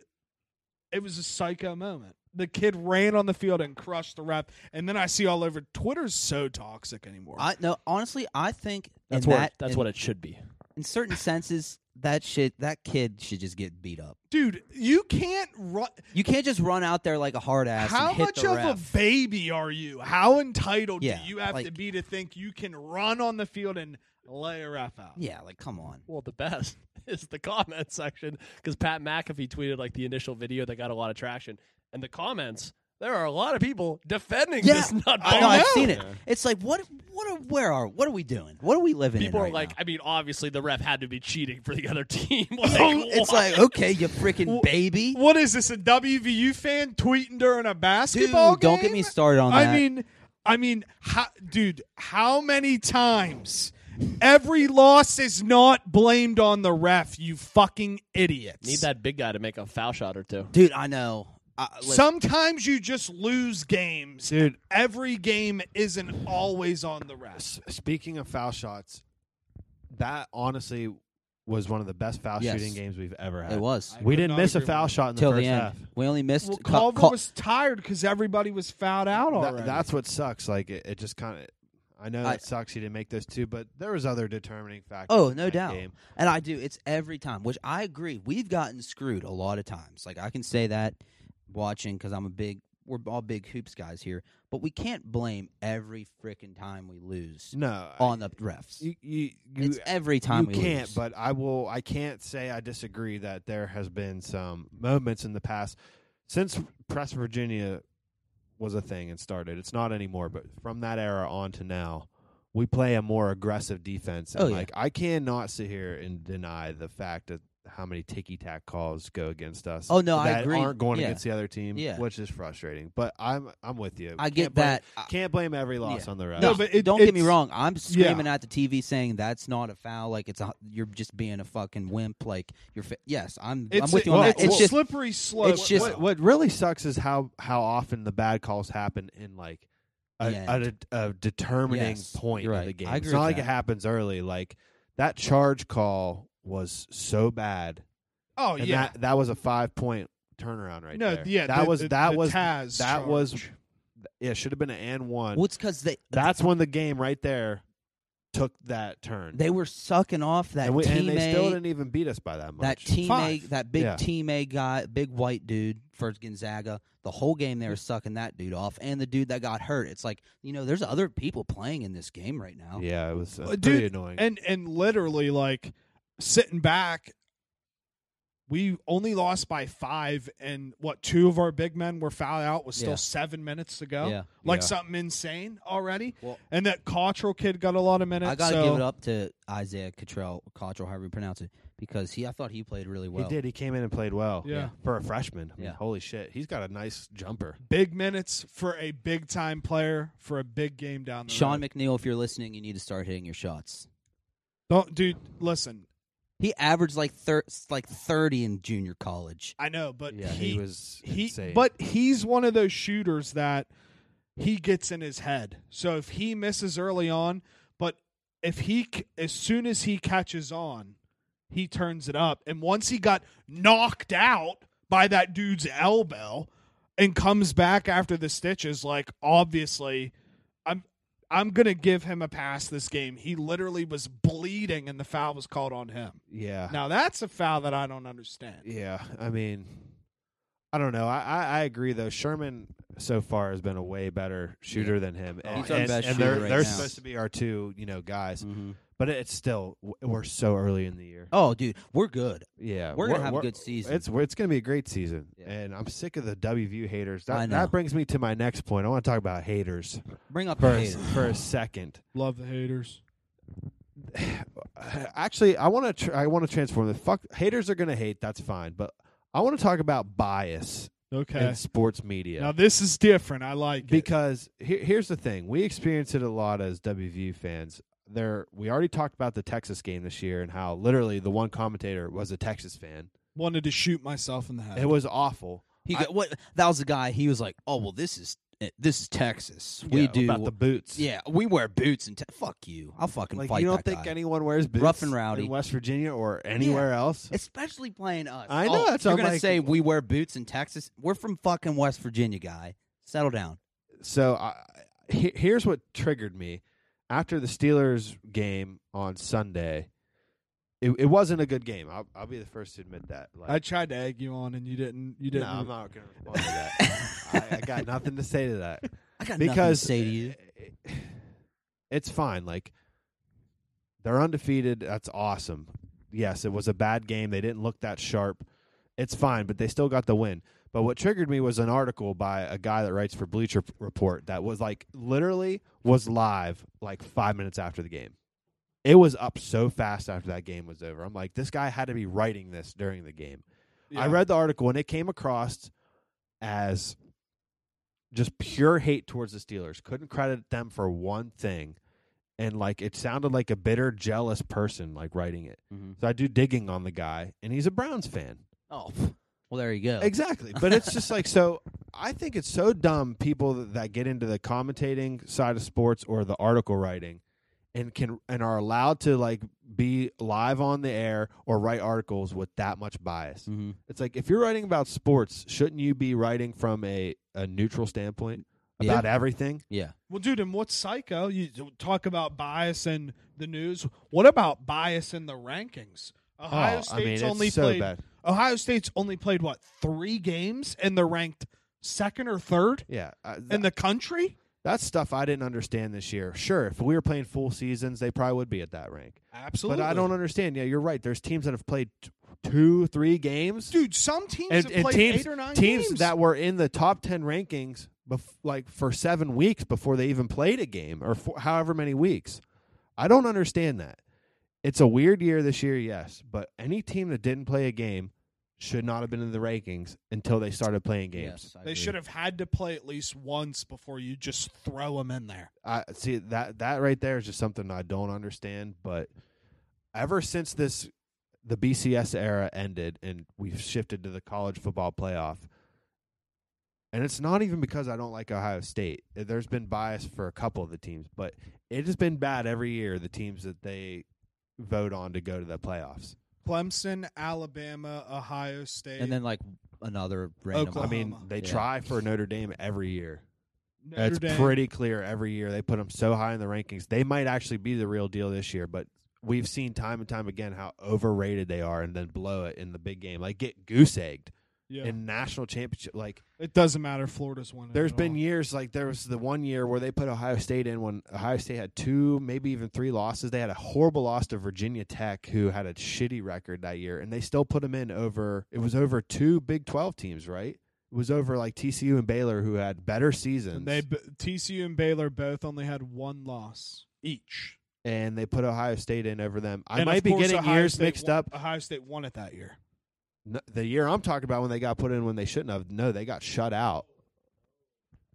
E: it was a psycho moment. The kid ran on the field and crushed the ref. And then I see all over Twitter's so toxic anymore.
C: I no. Honestly, I think
F: That's
C: in
F: what
C: that,
F: that's
C: in,
F: what it should be.
C: in certain senses, that shit, that kid should just get beat up.
E: Dude, you can't run
C: You can't just run out there like a hard ass.
E: How
C: and hit
E: much
C: the
E: of
C: ref.
E: a baby are you? How entitled
C: Yeah,
E: do you have to
C: like-
E: be to think you can run on the field and lay a ref out?
C: Yeah, like come on.
F: Well, the best [laughs] is the comment section because Pat McAfee tweeted like the initial video that got a lot of traction, and the comments there are a lot of people defending
C: Yeah,
F: this nutball.
C: I know, I've
E: know.
C: seen it.
D: Yeah.
C: It's like what what are where are what are we doing? What are we living in?
F: People are
C: right
F: like,
C: now?
F: I mean, obviously the ref had to be cheating for the other [laughs] team.
C: [laughs]
F: like,
D: [laughs]
C: it's
F: what?
C: like okay, you freaking
E: Well,
C: baby.
E: What is this? A WVU fan tweeting during a
C: Dude,
E: basketball
C: don't get me
E: game?
C: started on that.
E: I mean, I mean, how, dude, how many times every loss is not blamed on the ref? You fucking idiots!
F: [laughs] need that big guy to make a foul shot or two.
C: dude, I know. I, like,
E: Sometimes you just lose games.
D: Dude.
E: Every game isn't always on the ref.
D: S- speaking of foul shots, that honestly was one of the best foul
C: Yes.
D: shooting games we've ever had.
C: it was
E: I
D: We
E: could
D: didn't
E: not
D: miss a
E: agree
D: foul
E: more.
D: shot in the
C: till
D: first
C: the end.
D: half.
C: We only missed.
E: Well,
C: cu-
E: Culver
C: cu-
E: was tired because everybody was fouled out
D: That-
E: already.
D: that's what sucks. Like it, it just kind of. I know
C: I-
D: it sucks he didn't make those two, but there was other determining factors.
C: Oh,
D: in
C: no
D: that
C: doubt.
D: Game.
C: And I do. It's every time, which I agree. We've gotten screwed a lot of times. Like I can say that watching because I'm a big. We're all big hoops guys here, but we can't blame every freaking time we lose
D: No, I-
C: on the refs.
D: you, you, you,
C: it's every time
D: you
C: we
D: can't.
C: lose.
D: But I will. I can't say I disagree that there has been some moments in the past since Press Virginia was a thing and started. It's not anymore, but from that era on to now, we play a more aggressive defense. And
C: Oh, yeah.
D: like I cannot sit here and deny the fact that how many ticky tack calls go against us.
C: Oh, no, I
D: that
C: agree.
D: aren't going
C: Yeah.
D: against the other team,
C: Yeah.
D: which is frustrating. But I'm I'm with you.
C: I get
D: Can't blame-
C: that. I-
D: Can't blame every loss
C: Yeah.
D: on the refs.
E: No, but it-
C: don't get me
E: it's-
C: wrong. I'm
E: Yeah.
C: screaming at the TV saying that's not a foul. Like it's a, you're just being a fucking wimp. Like you're. Fa- yes, I'm. I'm
E: It's
C: with you
E: a,
C: on
D: well,
C: that.
E: it's
C: It's
E: a
C: just
E: slippery slope.
C: it's just-
D: what, what really sucks is how how often the bad calls happen in like a,
C: Yeah.
D: a de- a determining
C: Yes,
D: point
C: you're
D: of
C: right. I
D: the game.
C: agree
D: It's
C: with
D: not like
C: that.
D: it happens early. Like that charge call was so bad.
E: oh
D: and
E: yeah,
D: that, that was a five point turnaround right
E: no,
D: there.
E: yeah.
D: that
E: the-
D: was
E: the-
D: that
E: the
D: was
E: Taz
D: that was
E: charge.
D: yeah should have been an and one.
C: well, it's because they
D: That's when the game right there took that turn.
C: they were sucking off that
D: and, we,
C: teammate.
D: and they still didn't even beat us by that much.
C: That team A,
E: Five.
C: that big
D: Yeah.
C: team A guy, big white dude for Gonzaga, the whole game they were sucking that dude off, and the dude that got hurt. It's like you know, there's other people playing in this game right now.
D: yeah, it was uh,
E: Uh,
D: pretty
E: dude,
D: annoying.
E: and and literally like sitting back. We only lost by five, and what two of our big men were fouled out with still
C: Yeah.
E: seven minutes to go.
C: Yeah.
E: like
D: Yeah.
E: something insane already.
C: Well-
E: and that Cottrell kid got a lot of minutes.
C: I gotta
E: so
C: give it up to Isaiah Cottrell, Cottrell, however you pronounce it, because he I thought he played really well.
D: he did. He came in and played well.
E: Yeah.
D: for a freshman. I mean,
C: Yeah.
D: holy shit, he's got a nice jumper.
E: Big minutes for a big time player for a big game down the
C: Sean
E: road.
C: McNeil, if you're listening, you need to start hitting your shots.
E: Don't, dude, listen.
C: He averaged like thir- like thirty in junior college.
E: I know, but
D: yeah,
E: he,
D: he, was
E: he
D: insane.
E: but he's one of those shooters that he gets in his head. So if he misses early on, but if he c- as soon as he catches on, he turns it up. And once he got knocked out by that dude's elbow and comes back after the stitches, like obviously I'm I'm going to give him a pass this game. He literally was bleeding and the foul was called on him.
D: yeah,
E: Now that's a foul that I don't understand.
D: Yeah, I mean, I don't know. I, I, I agree though. Sherman so far has been a way better shooter than him, and,
C: He's our
D: and-
C: best
D: and they're
C: shooter right
D: they're
C: now.
D: supposed to be our two, you know, guys. But it's still w- we're so early in the year.
C: Oh, dude, we're good.
D: Yeah,
C: We're gonna have a good season.
D: It's it's gonna be a great season,
C: Yeah.
D: and I'm sick of the WVU haters. That
C: I know.
D: that brings me to my next point. I want to talk about haters
C: Bring up
D: for
C: your
D: a,
C: haters.
D: for a second.
E: Love the haters.
D: [sighs] Actually, I want to tr- I want to transform the fuck haters are gonna hate. That's fine, but I want to talk about bias
E: Okay.
D: in sports media.
E: Now this is different. I like it.
D: because here, here's the thing we experience it a lot as WVU fans there we already talked about the Texas game this year and how literally the one commentator was a Texas fan
E: Wanted to shoot myself in the head.
D: it was awful
C: He got, what that was the guy. He was like, "Oh well, this is eh, this is Texas. We
D: Yeah,
C: do
D: about the boots
C: yeah, we wear boots and te- fuck you. I'll fucking
D: like
C: fight
D: you don't
C: that
D: think
C: guy.
D: anyone wears boots
C: Rough and rowdy.
D: in West Virginia or anywhere else
C: Especially playing us.
D: I know,
C: Oh,
D: that's what
C: you're
D: I'm
C: gonna
D: like-
C: say we wear boots in Texas. We're from fucking West Virginia, guy. Settle down.
D: so I, he- here's what triggered me after the Steelers game on Sunday it, it wasn't a good game I'll, I'll be the first to admit that like,
E: I tried to egg you on, and you didn't. You
D: no,
E: didn't.
D: I'm not gonna respond to that [laughs] I, I got nothing to say to that
C: I got nothing to
D: because
C: say to you.
D: [sighs] it's fine. Like they're undefeated. That's awesome. Yes, it was a bad game. They didn't look that sharp. It's fine, but they still got the win. But what triggered me was an article by a guy that writes for Bleacher Report that was like literally was live like five minutes after the game. It was up so fast after that game was over. I'm like, this guy had to be writing this during the game. I
E: Yeah.
D: read the article and it came across as just pure hate towards the Steelers. Couldn't credit them for one thing. And like it sounded like a bitter, jealous person like writing it.
C: Mhm.
D: So I do digging on the guy and he's a Browns fan.
C: Oh, pff. well, there you go.
D: Exactly. But it's just like so I think it's so dumb people that, that get into the commentating side of sports or the article writing and can and are allowed to like be live on the air or write articles with that much bias.
E: Mm-hmm.
C: hmm
D: It's like if you're writing about sports, shouldn't you be writing from a, a neutral standpoint
C: Yeah.
D: about everything?
C: Yeah.
E: Well, dude, and what's psycho? You talk about bias in the news. What about bias in the rankings? Ohio
D: Oh,
E: State's
D: I mean, it's
E: only
D: so
E: played.
D: bad.
E: Ohio State's only played what three games, and they're ranked second or third
D: Yeah, uh, th-
E: in the country.
D: that's stuff I didn't understand this year. Sure, if we were playing full seasons, they probably would be at that rank.
E: Absolutely,
D: But I don't understand. Yeah, you're right. There's teams that have played t- two, three games,
E: Dude, some teams
D: and,
E: have
D: and
E: played
D: teams
E: eight or nine
D: teams
E: games.
D: that were in the top ten rankings, bef- like for seven weeks before they even played a game, or for however many weeks. I don't understand that. It's a weird year this year, yes, but any team that didn't play a game should not have been in the rankings until they started playing games.
C: Yes, I
E: They
C: agree.
E: should have had to play at least once before you just throw them in there.
D: I see that that right there is just something I don't understand. But ever since this the BCS era ended and we've shifted to the college football playoff, and it's not even because I don't like Ohio State. Uh, There's been bias for a couple of the teams, but it has been bad every year. The teams that they vote on to go to the playoffs.
E: Clemson, Alabama, Ohio State,
C: and then like another random.
D: I mean,
E: Oklahoma.
D: they
C: Yeah.
D: try for Notre Dame every year.
E: Notre
D: it's
E: Dame.
D: pretty clear every year they put them so high in the rankings. They might actually be the real deal this year, but we've seen time and time again how overrated they are, and then blow it in the big game, like get goose egged
E: Yeah.
D: in national championship. Like
E: it doesn't matter. Florida's winning.
D: there's
E: it
D: been
E: all.
D: years, like there was the one year where they put Ohio State in when Ohio State had two, maybe even three losses. They had a horrible loss to Virginia Tech, who had a shitty record that year, and they still put them in over. It was over two Big Twelve teams, right? It was over like TCU and Baylor, who had better seasons.
E: And they b- TCU and Baylor both only had one loss each.
D: and they put Ohio State in over them. I
E: And
D: might
E: of
D: be
E: course,
D: getting
E: Ohio
D: years
E: State
D: mixed
E: won-
D: up.
E: Ohio State won it that year.
D: N- The year I'm talking about when they got put in when they shouldn't have. No, they got shut out.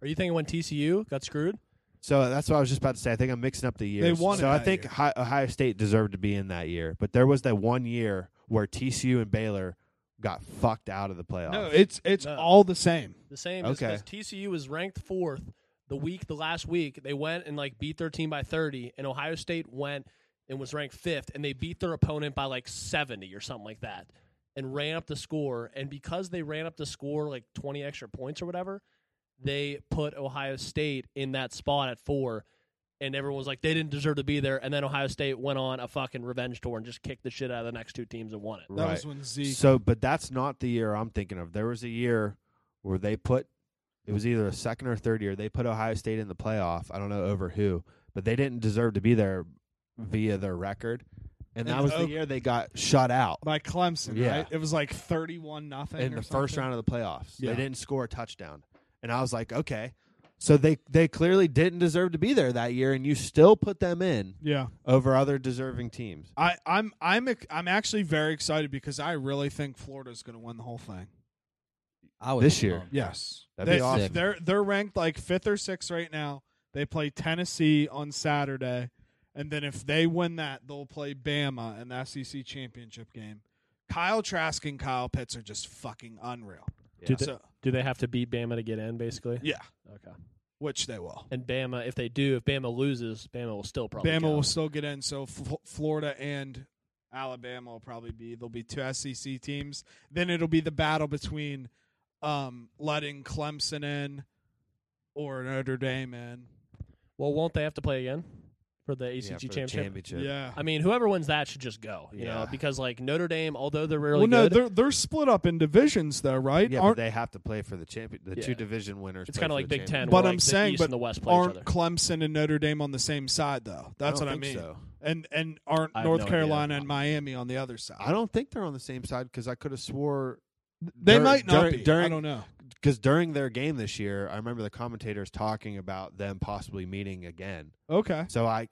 F: Are you thinking when TCU got screwed?
D: So that's what I was just about to say. I think I'm mixing up the years.
E: won it
D: so I
E: that
D: think
E: year.
D: Hi- Ohio State deserved to be in that year, but there was that one year where TCU and Baylor got fucked out of the playoffs.
E: No, it's it's
F: No.
E: all the same.
F: The same.
D: Okay.
F: Because TCU was ranked fourth the week, the last week. They went and like beat their team by 30, and Ohio State went and was ranked fifth, and they beat their opponent by like 70 or something like that and ran up the score. And because they ran up the score like 20 extra points or whatever, they put Ohio State in that spot at four. And everyone was like, they didn't deserve to be there. And then Ohio State went on a fucking revenge tour and just kicked the shit out of the next two teams and won it.
E: That
D: right.
E: was when Zeke.
D: So, but that's not the year I'm thinking of. There was a year where they put it was either a second or third year they put Ohio State in the playoff. I don't know over who, but they didn't deserve to be there via their record, and, that
E: And
D: was the
E: Oak-
D: year they got shut out
E: by Clemson,
D: Yeah.
E: right? It was like thirty-one nothing
D: in the first round of the playoffs.
E: Yeah.
D: They didn't score a touchdown, and I was like, okay, so they they clearly didn't deserve to be there that year, and you still put them in
E: Yeah,
D: over other deserving teams.
E: I, I'm I'm ex- I'm actually very excited because I really think Florida's going to win the whole thing.
C: I um, would
D: this
C: be
D: year.
C: pumped.
E: Yes,
D: That'd
E: they,
D: be awesome.
E: They're they're ranked like fifth or sixth right now. They play Tennessee on Saturday, and then if they win that, they'll play Bama in the SEC championship game. Kyle Trask and Kyle Pitts are just fucking unreal.
F: Do, they,
E: So,
F: do they have to beat Bama to get in, basically?
E: yeah,
F: Okay.
E: which they will.
F: And Bama, if they do, if Bama loses, Bama will still probably.
E: Bama
F: go.
E: will still get in. So F- Florida and Alabama will probably be. There'll be two SEC teams. Then it'll be the battle between um, letting Clemson in or Notre Dame in.
F: Well, won't they have to play again for the ACG
D: Yeah, for the
F: championship?
E: Yeah.
F: I mean, whoever wins that should just go, you know,
D: Yeah.
F: because like Notre Dame, although they're really
E: well, no,
F: good,
E: they're they're split up in divisions though, right?
D: Yeah, but
E: aren't
D: they have to play for the champion. The
F: Yeah.
D: two division winners.
F: it's
D: play
F: kind of
D: for
F: like
D: the
F: Big
D: champion.
F: Ten.
E: But
F: where,
E: I'm
F: like,
E: saying,
F: the East
E: but
F: and the West play each
E: aren't
F: other.
E: Clemson and Notre Dame on the same side though? That's what
D: don't
E: I
D: think
E: mean.
D: so.
E: And and aren't
F: I have
E: North
F: no idea.
E: Carolina and Miami on the other side?
D: I don't think they're on the same side because I could have swore
E: They
D: Dur-
E: might not
D: during-
E: be. I
D: during-
E: don't know.
D: because during their game this year, I remember the commentators talking about them possibly meeting again.
E: Okay.
D: So I,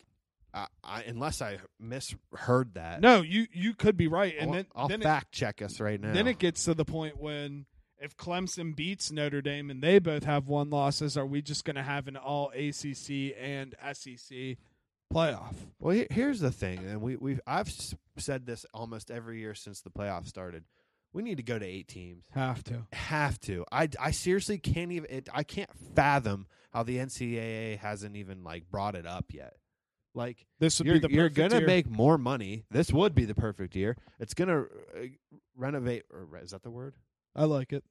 D: I, I unless I misheard that,
E: No, you you could be right. And
D: I'll,
E: then
D: I'll
E: then it-
D: fact check us right now.
E: Then it gets to the point when if Clemson beats Notre Dame and they both have one losses, are we just going to have an all ACC and SEC playoff?
D: well, he- here's the thing, and we we I've s- said this almost every year since the playoffs started. We need to go to eight teams.
E: Have to.
D: have to. I, I seriously can't even. It, I can't fathom how the NCAA hasn't even like brought it up yet. Like
E: This would
D: you're,
E: be the
D: you're
E: perfect
D: gonna
E: year.
D: make more money. This would be the perfect year. It's gonna uh, renovate. Or, re- is that the word?
E: I like it.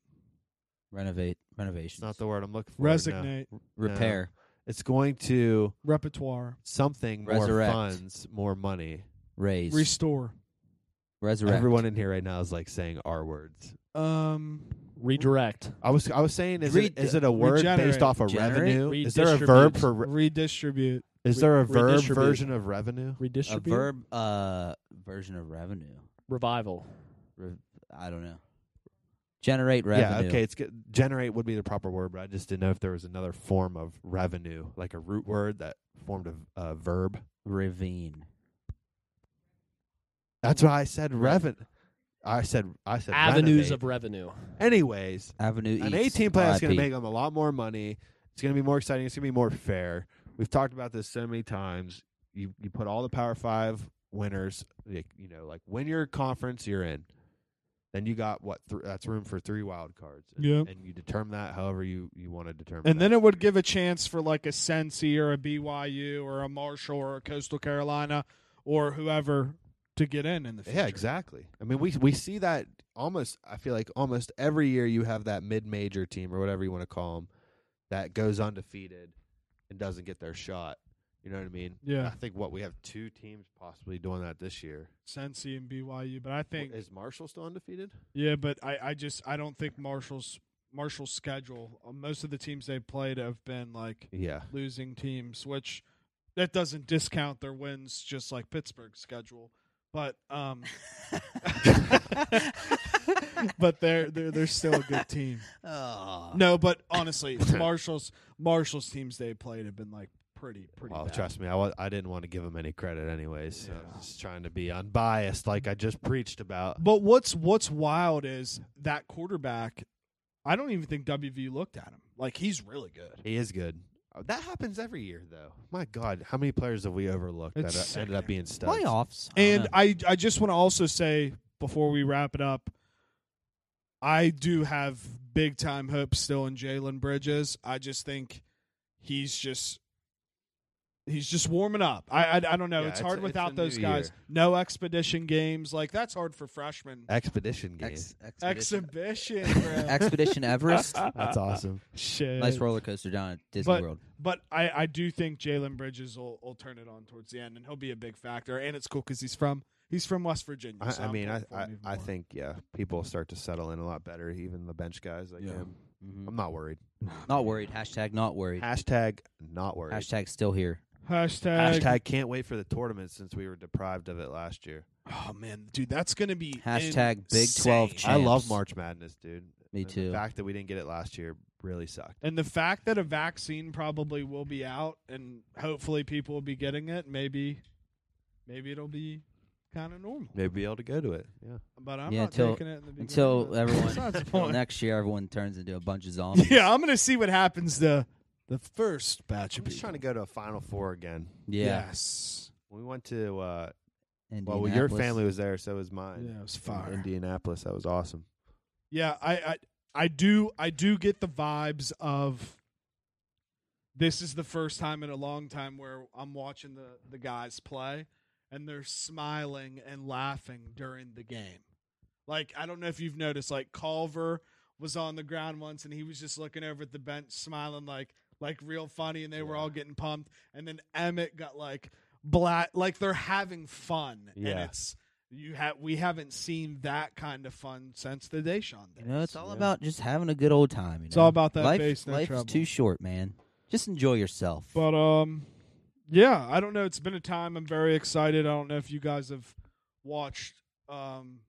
C: renovate
D: It's
C: renovations,
D: not the word I'm looking for. no.
E: Resignate
C: repair.
D: It's going to
E: repertoire
D: something
C: Resurrect.
D: more funds, more money.
C: Raise,
E: restore.
C: resurrect.
D: Everyone in here right now is like saying R words.
E: Um,
F: redirect.
D: I was I was saying is
C: Re-
D: it is it a word
E: regenerate.
D: based off of
C: Generate?
D: revenue? Is there a verb
F: Redistribute.
D: for re-
E: redistribute.
D: is there a
F: Re-
D: verb
F: redistribute.
D: version of revenue?
C: a
F: Redistribute.
C: verb, uh, version of revenue.
F: Revival.
C: Re- I don't know. Generate revenue.
D: Yeah, okay. It's good. generate would be the proper word, but I just didn't know if there was another form of revenue, like a root word that formed a, a verb.
C: Ravine.
D: That's why I said reven. I said I said
F: Avenues
D: renovate.
F: of revenue.
D: Anyways,
C: Avenue East.
D: an 18 playoff is going
C: RIP.
D: to make them a lot more money. It's going to be more exciting. It's going to be more fair. We've talked about this so many times. You you put all the Power Five winners, like, you know, like win your conference, you're in. Then you got what? Th- that's room for three wild cards. And,
E: Yeah.
D: and you determine that however you you want to determine.
E: And then
D: that.
E: it would give a chance for like a Sensi or a BYU or a Marshall or a Coastal Carolina or whoever to get in in the future.
D: yeah, exactly. I mean, we we see that almost. I feel like almost every year you have that mid major team or whatever you want to call them that goes undefeated and doesn't get their shot. You know what I mean? I
E: Yeah,
D: think what we have two teams possibly doing that this year.
E: Sensi and BYU, but I think
D: Is Marshall still undefeated?
E: yeah, but I I just I don't think Marshall's Marshall's schedule. uh, Most of the teams they played have been like
D: Yeah,
E: losing teams, which that doesn't discount their wins, just like Pittsburgh's schedule. But um, [laughs] but they're they're they're still a good team.
C: Aw.
E: No, but
D: [laughs]
E: honestly, Marshall's Marshall's teams they played have been like pretty pretty.
D: Well,
E: bad.
D: trust me, I, wa- I didn't want to give him any credit anyways. So I
E: Yeah.
D: was just trying to be unbiased, like I just preached about.
E: But what's what's wild is that quarterback. I don't even think WVU looked at him. Like he's really good.
D: He is good. Uh, That happens every year, though. My God, how many players have we overlooked
E: It's
D: that uh, ended up
E: sickening.
D: being studs?
C: Playoffs. I don't
E: And I I just want to also say before we wrap it up, I do have big time hope still in Jalen Bridges. I just think he's just he's just warming up. I I, I don't know.
D: Yeah,
E: it's
D: it's
E: hard
D: a- it's
E: without
D: a
E: those
D: new
E: guys.
D: year.
E: No expedition games. Like that's hard for freshmen.
D: Expedition
C: know.
D: game.
C: Ex- expedition.
E: Exhibition,
D: [laughs]
E: bro.
C: Expedition Everest.
D: That's awesome.
E: Shit.
C: nice roller coaster down at Disney
E: But-
C: World.
E: But I, I do think Jalen Bridges will, will turn it on towards the end, and he'll be a big factor. And it's cool because he's from he's from West Virginia.
D: I,
E: so
D: I
E: I'm
D: mean, I,
E: pulling for
D: I,
E: him even
D: I
E: more.
D: think yeah, people start to settle in a lot better. Even the bench guys like
E: Yeah.
D: him.
C: Mhm.
D: I'm not worried.
C: Not worried. Hashtag not worried.
D: Hashtag not worried.
C: Hashtag still here.
E: hashtag,
D: Hashtag can't wait for the tournament since we were deprived of it last year.
E: Oh man, dude, that's gonna be
C: Hashtag Big 12
E: insane.
C: champ.
D: I love
C: Champs.
D: March Madness, dude.
C: Me
D: And
C: too.
D: The fact that we didn't get it last year really sucked.
E: And the fact that a vaccine probably will be out, and hopefully people will be getting it. Maybe, maybe it'll be kind of normal.
D: Maybe be able to go to it. Yeah.
E: But I'm
C: Yeah,
E: not
C: until-
E: taking it in the beginning.
C: Until everyone,
E: Besides the
C: until
E: [laughs] point.
C: next year, everyone turns into a bunch of zombies.
E: yeah, I'm gonna see what happens to the first batch
D: I'm
E: of
D: just
E: people.
D: trying to go to a Final Four again.
C: Yeah.
E: Yes.
D: We went to uh, well, your family was there, so was mine.
E: Yeah, it was
D: In
E: fire.
D: Indianapolis, that was awesome.
E: Yeah, I, I I do I do get the vibes of this is the first time in a long time where I'm watching the, the guys play and they're smiling and laughing during the game. Like I don't know if you've noticed, like Culver was on the ground once and he was just looking over at the bench smiling like like real funny and they were
D: Yeah.
E: all getting pumped and then Emmett got like black like they're having fun. And
D: Yeah.
E: it's you have we haven't seen that kind of fun since the Deshaun days.
C: You know, it's all
D: Yeah.
C: about just having a good old time. You
E: It's
C: know?
E: all about that
C: life,
E: base, no
C: Life's
E: trouble.
C: too short, man. Just enjoy yourself.
E: but um, yeah, I don't know. It's been a time. I'm very excited. I don't know if you guys have watched um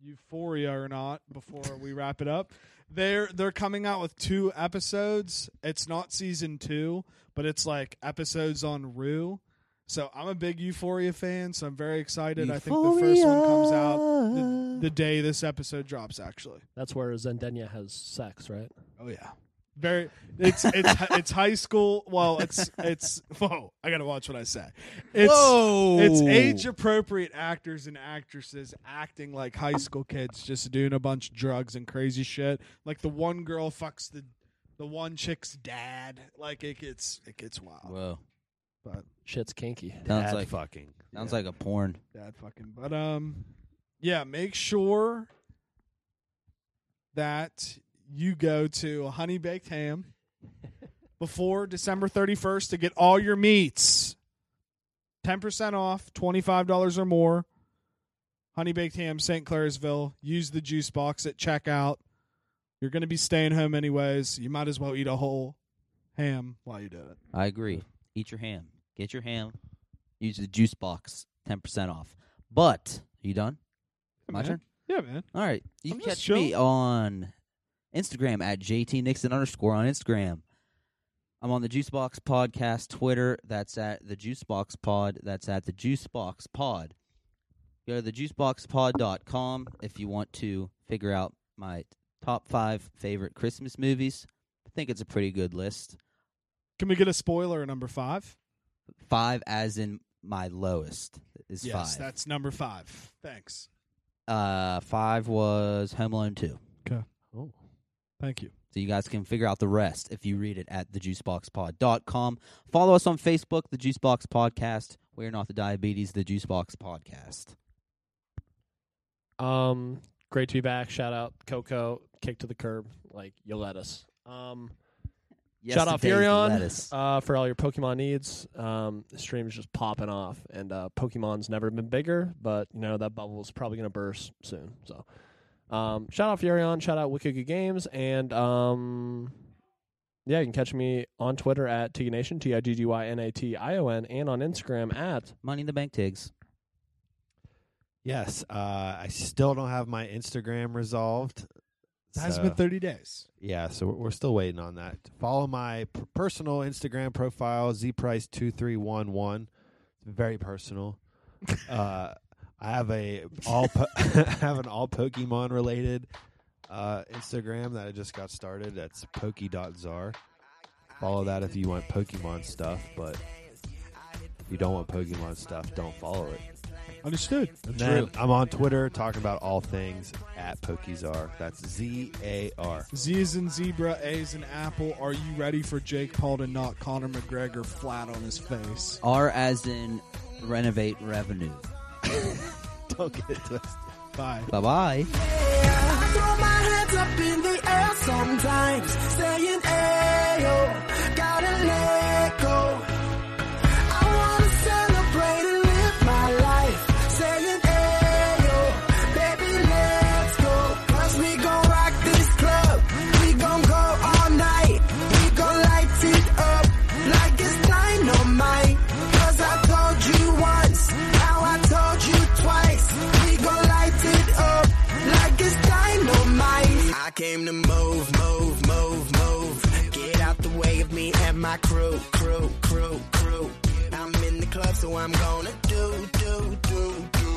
E: Euphoria or not. Before we wrap it up, they're they're coming out with two episodes. It's not season two, but it's like episodes on Rue. So I'm a big Euphoria fan, so I'm very excited. I think the first one comes out the, the day this episode drops. Actually.
F: That's where Zendenya has sex, right?
E: Oh yeah. Very it's it's [laughs] hi- it's high school. Well, it's it's whoa, I gotta watch what I say. It's
C: Whoa!
E: it's age appropriate actors and actresses acting like high school kids, just doing a bunch of drugs and crazy shit. Like the one girl fucks the the one chick's dad. Like it gets it gets wild.
C: Whoa.
E: But
F: Shit's kinky.
C: Sounds
D: Dad
C: like-
D: fucking.
C: Sounds
E: Yeah.
C: like a porn.
E: dad fucking but um yeah, make sure that you go to Honey Baked [laughs] Ham before December 31st to get all your meats. 10% off, $25 or more. Honey Baked Ham, St. Clairsville. Use the juice box at checkout. You're going to be staying home anyways. You might as well eat a whole ham while you do it.
C: I agree. Eat your ham. Get your ham. Use the juice box. Ten percent off. But you done? My
E: man.
C: turn.
E: Yeah, man.
C: All right. You
E: I'm
C: can
E: just
C: catch me on Instagram at JT Nixon underscore on Instagram. I'm on the Juicebox Podcast Twitter. That's at the Juicebox Pod. That's at the Juicebox Pod. Go to the juiceboxpod.com if you want to figure out my top five favorite Christmas movies. I think it's a pretty good list.
E: Can we get a spoiler at number five?
C: Five, as in my lowest, is
E: yes,
C: five.
E: that's number five. Thanks.
C: uh, five was Home Alone 2.
D: Oh.
E: Thank you.
C: So you guys can figure out the rest if you read it at thejuiceboxpod.com. Follow us on Facebook, The Juicebox Podcast. We're not the diabetes, The Juicebox Podcast.
F: Um, great to be back. Shout out Coco. Kick to the curb. Like you let us. Um, shout out
C: Yesterday's
F: Furion
C: lettuce.
F: uh, for all your Pokemon needs. Um, the stream is just popping off, and uh, Pokemon's never been bigger. But you know that bubble is probably gonna burst soon. So, um, shout out Furion. Shout out Wikiga Games, and um, yeah, you can catch me on Twitter at Tignation T I G G Y N A T I O N, and on Instagram at
C: Money in the Bank Tigs.
D: Yes. Uh, I still don't have my Instagram resolved.
E: It has
D: so-
E: been 30 days.
D: Yeah, so we're, we're still waiting on that. Follow my p- personal Instagram profile, zprice2311. It's very personal. uh, I have a all po- [laughs] I have an all Pokemon related uh, Instagram that I just got started. That's pokey.czar. Follow that if you want Pokemon stuff, but if you don't want Pokemon stuff, don't follow it.
E: Understood.
D: And then I'm on Twitter talking about all things at Pokezar. That's Z A R. [laughs]
E: Z is in zebra, A is in apple. Are you ready for Jake Paul to knock Conor McGregor flat on his face?
C: R as in renovate revenue.
D: Don't get it twisted.
E: Bye.
C: Bye bye.
B: I throw my hands up in the air sometimes, saying, Ayo, gotta let go. I wanna celebrate and live my life, saying, Ayo, baby, let's go. Cause we gon' rock this club, we gon' go all night, we gon' light it up like it's dynamite. Cause I told you once, now I told you twice, we gon' light it up like it's dynamite. I came to move, move, move, move. Get out the way of me and my crew, crew, crew, crew. I'm in the club, so I'm gonna do, do, do, do.